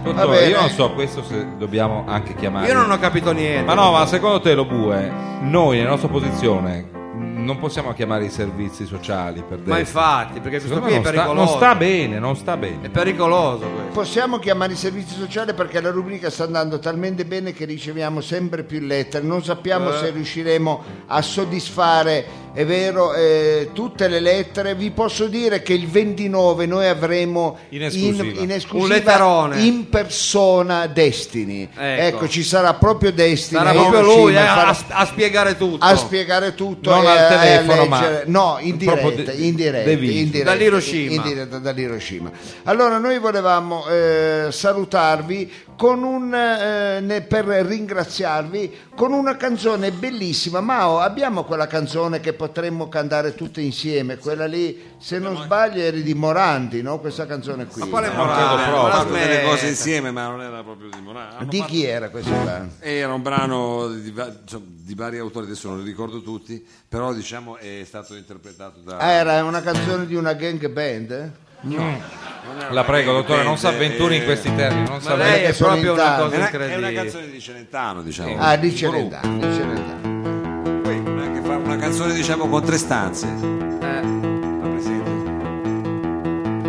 Dottore, bene. io non so questo se dobbiamo anche chiamare. Io non ho capito niente. Ma no, ma secondo te lo bue, noi nella nostra posizione mh, non possiamo chiamare i servizi sociali per Ma destro. infatti, perché questo Secondo me qui è non sta, pericoloso. non sta bene, non sta È bene. pericoloso questo. Possiamo chiamare i servizi sociali perché la rubrica sta andando talmente bene che riceviamo sempre più lettere, non Eh. sappiamo se riusciremo a soddisfare, è vero, eh, tutte le lettere. Vi posso dire che il 29 noi avremo In esclusiva. in, in esclusiva Un letterone. in persona Destiny. Ecco. Ecco. ci sarà proprio Destiny. Sarà in proprio cucina, lui eh, farà- a, a spiegare tutto. a spiegare tutto Non e al a- e a telefono, ma leggere. no in proprio diretta de- in diretta, dei video. in diretta, Dall'Hiroshima. in diretta dall'Hiroshima. allora noi volevamo eh, salutarvi con un eh, ne- per ringraziarvi con una canzone bellissima Mao abbiamo quella canzone che potremmo cantare tutti insieme quella lì se non sbaglio eri di Morandi no? questa canzone qui Quale Non morale? credo proprio. Ma la Hanno fatto delle smetta. cose insieme, ma non era proprio di morale. Hanno di fatto- chi era questa qua? Eh. Era un brano di, va- insomma, di vari autori, adesso non li ricordo tutti, però diciamo è stato interpretato da... Ah, era una canzone di una gang band eh? Eh, La prego, dottore, non si avventuri in Eh, questi termini, non si Ma lei è perché sono proprio in una tanti. È cosa una, è una incredibile. canzone di Celentano, diciamo. ah di Celentano di Celentano. Poi non è che fa una canzone, diciamo, con tre stanze. Eh. La presente?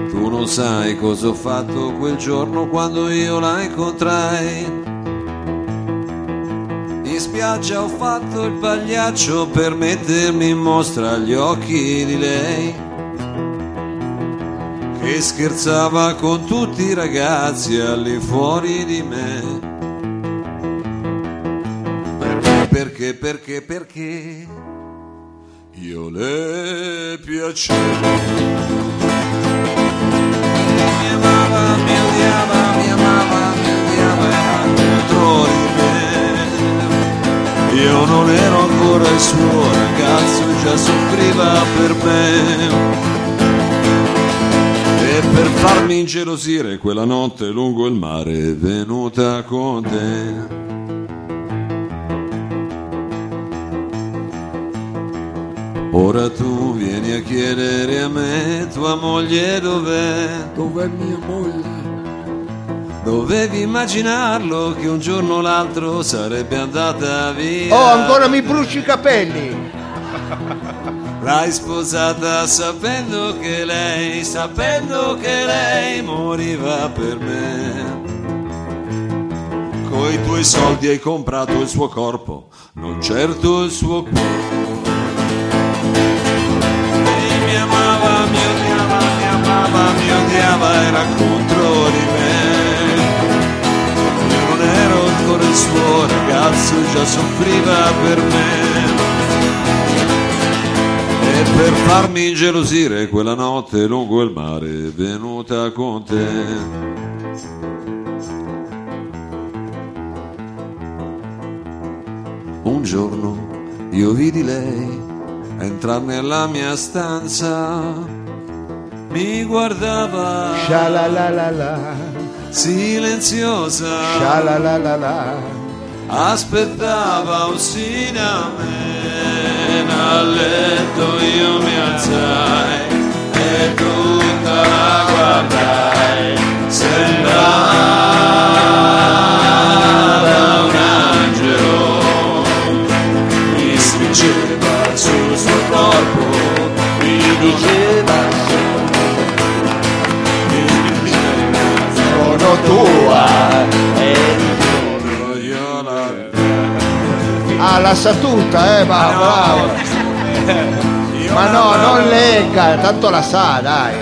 Tu non sai cosa ho fatto quel giorno quando io la incontrai. In spiaggia ho fatto il pagliaccio per mettermi in mostra agli occhi di lei. Che scherzava con tutti i ragazzi all'infuori di me. Perché, perché, perché io le piacevo. Mi amava, mi odiava, mi amava, mi odiava, era dentro di me. Io non ero ancora il suo ragazzo, già soffriva per me. E per farmi ingelosire quella notte lungo il mare è venuta con te. Ora tu vieni a chiedere a me tua moglie dov'è? Dov'è mia moglie? Dovevi immaginarlo che un giorno o l'altro sarebbe andata via. Oh, ancora mi bruci i capelli. L'hai sposata sapendo che lei, sapendo che lei moriva per me. Coi tuoi soldi hai comprato il suo corpo, non certo il suo cuore. Lei mi amava, mi odiava, mi amava, mi odiava, era contro di me. Io non ero ancora il suo ragazzo, già soffriva per me. E per farmi ingelosire quella notte lungo il mare è venuta con te. Un giorno io vidi lei entrare nella mia stanza, mi guardava Sha la la la la, silenziosa. sha la la la la. aspettava un sinamen al letto io mi alzai e tutta la guardai sembrava un angelo mi stringeva sul suo corpo mi diceva Sono tua. voglio la Ah, la sa tutta, eh, ma bravo. Ma no, non legga, tanto la sa, dai.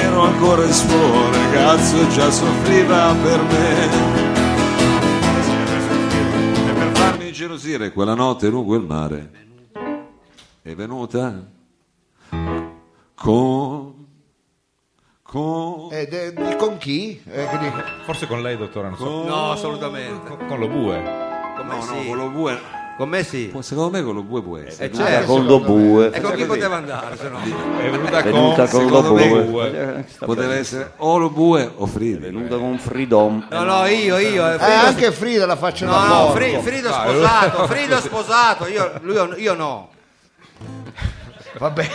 ero ancora il suo ragazzo, già soffriva per me. E per farmi ingelosire quella notte lungo il mare. È venuta con... con... Ed, eh, di- con chi? Eh, quindi- Forse con lei, dottore, non so. No, assolutamente. Con lo bue. Con me No, no, sì. con lo bue... Con me sì. può- Secondo me con lo bue può essere. Eh, certo. con lo bue. E con chi poteva andare, se no? È venuta Ecco, Venuta con secondo lo me, bue. Eh, sta Poteva bene. essere o lo bue o Frida. Venuta con Freedom. No, no, io, io. eh, Eh, Frido- anche Frida la faccio No, da no, porco. Fri- Frido sposato, Frido sposato, io, lui- io no. Vabbè.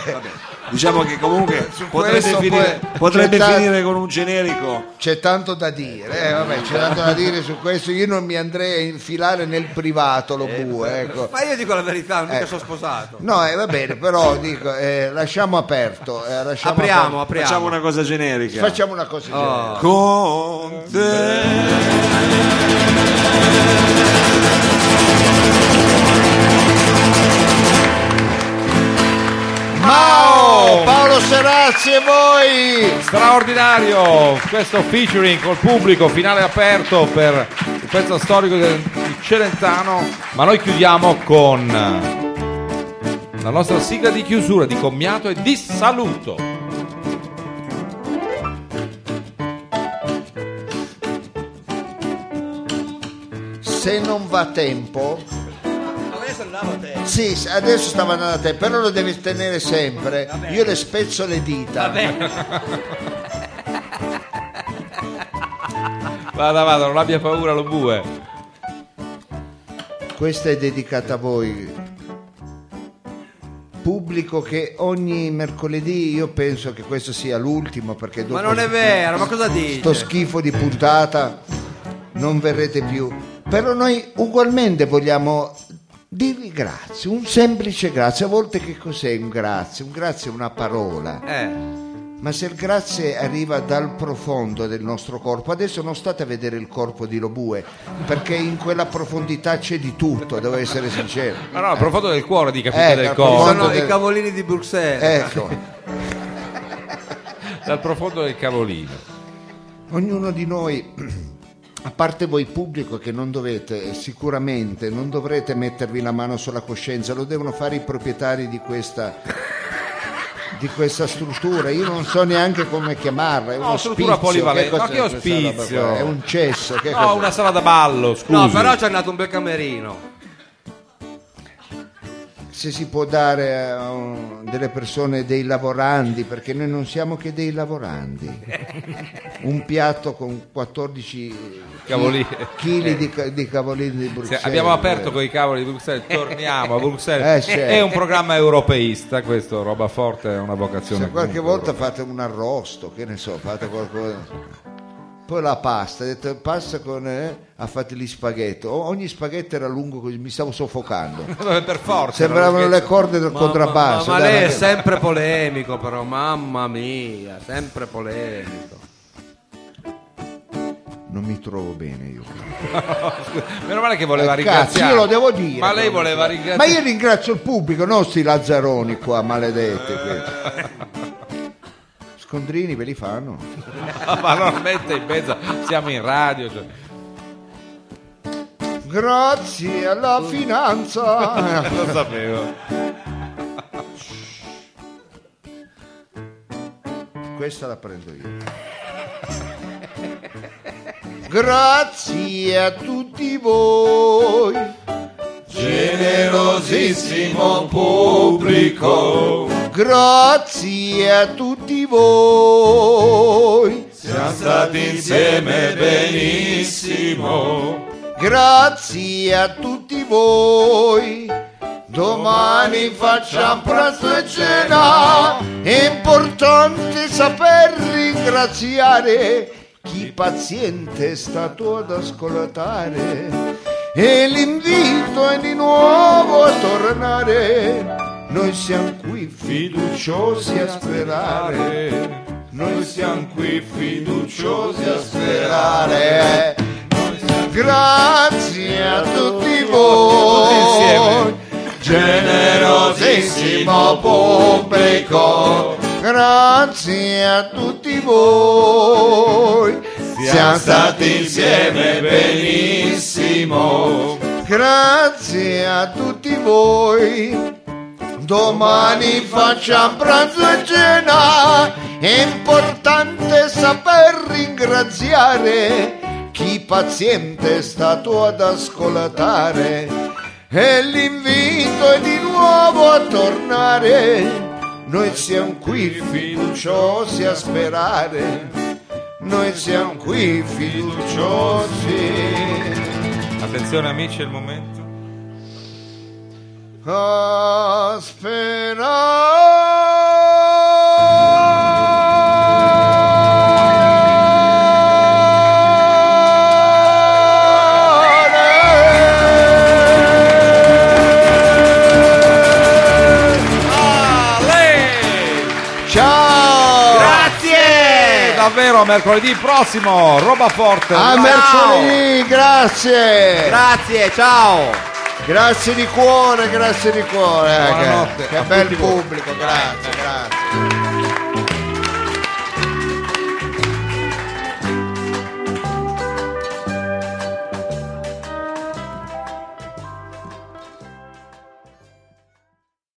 Diciamo che comunque Su potrebbe, questo finire, poi- potrebbe c'è ta- finire con un generico. C'è tanto da dire, eh, vabbè, c'è tanto da dire su questo. Io non mi andrei a infilare nel privato lo bue, ecco. Ma io dico la verità, non Eh. mica Ecco. sono sposato. No, eh, va bene, però dico, eh, lasciamo aperto. eh, lasciamo Apriamo, aperto. apriamo. Oh. Facciamo una cosa generica. Facciamo una cosa. generica. Con te. Mao, Paolo Serazzi e voi. Straordinario questo featuring col pubblico, finale aperto per il pezzo storico del- di Celentano, ma noi chiudiamo con la nostra sigla di chiusura di commiato e di saluto. Se non va a tempo, Adesso andavo a te. sì, s- adesso stava andando a te, però lo devi tenere sempre. Io le spezzo le dita. Vada, vada, non abbia paura lo bue. Questa è dedicata a voi. Pubblico che ogni mercoledì io penso che questo sia l'ultimo perché dopo Ma non è vero, ma cosa dici? Eh, sto schifo di puntata non verrete più. Però noi ugualmente vogliamo dirvi grazie, un semplice grazie. A volte che cos'è un grazie? Un grazie è una parola. Eh, Ma se il grazie arriva dal profondo del nostro corpo, adesso non state a vedere il corpo di Lobue, perché in quella profondità c'è di tutto, devo essere sincero. Ma no, a profondo del cuore dica più Eh, che del dal corpo. sono del- i cavolini di Bruxelles. Ecco, Dal profondo del cavolino. ognuno di noi, a parte voi pubblico che non dovete, eh, sicuramente non dovrete mettervi la mano sulla coscienza, lo devono fare i proprietari di questa, di questa struttura. Io non so neanche come chiamarla. È uno struttura spizio, polivalente. cos'è Ma che questa roba qua? ospizio? È un cesso. Che No, cos'è? una sala da ballo, scusi. No, però c'è andato un bel camerino. se si può dare a un- delle persone dei lavorandi, perché noi non siamo che dei lavorandi. Un piatto con 14 Cavoli- chili di, ca- di cavolini di Se Bruxelles. Eh. abbiamo aperto con i cavoli di Bruxelles, torniamo a Eh, Bruxelles. certo. È un programma europeista, questo roba forte è una vocazione. Se qualche comunque volta fate un arrosto, che ne so, fate qualcosa. Poi la pasta, ha detto pasta con... eh, ha fatto gli spaghetti. O- Ogni spaghetto era lungo così, mi stavo soffocando. Vabbè, Eh, per forza. Sembravano non le scherzo. corde del contrabbasso. ma dai, lei è ragazzi. sempre polemico, però, mamma mia, sempre polemico. Non mi trovo bene io. Meno male che voleva Eh, cazzo, ringraziare. io lo devo dire. Ma lei voleva Ma ringraziare. io ringrazio il pubblico, non sti lazzaroni qua, maledetti. qui. Scontrini ve li fanno. ma non mette in mezzo, siamo in radio. cioè. Grazie alla finanza. Lo sapevo. Questa la prendo io. Grazie a tutti voi. Generosissimo pubblico, Grazie a tutti voi. siamo stati insieme benissimo. Grazie a tutti voi. Domani facciamo pranzo e cena. È importante saper ringraziare chi paziente è stato ad ascoltare. E l'invito è di nuovo a tornare. Noi siamo qui fiduciosi a sperare. Noi siamo qui fiduciosi a sperare. Grazie a tutti voi, generosissimo pubblico. Grazie a tutti voi, siamo stati insieme benissimo. Grazie a tutti voi. Domani facciamo pranzo e cena. È importante saper ringraziare chi paziente è stato ad ascoltare. E l'invito è di nuovo a tornare. Noi siamo qui fiduciosi a sperare. Noi siamo qui fiduciosi. Attenzione amici, è il momento. a sperare. Ciao! Grazie! Eh, Davvero a mercoledì prossimo, roba forte. A Ciao! mercoledì, grazie! Grazie, ciao! grazie di cuore, grazie di cuore. eh, che- Buonanotte Che a bel tutti voi. pubblico, grazie, grazie.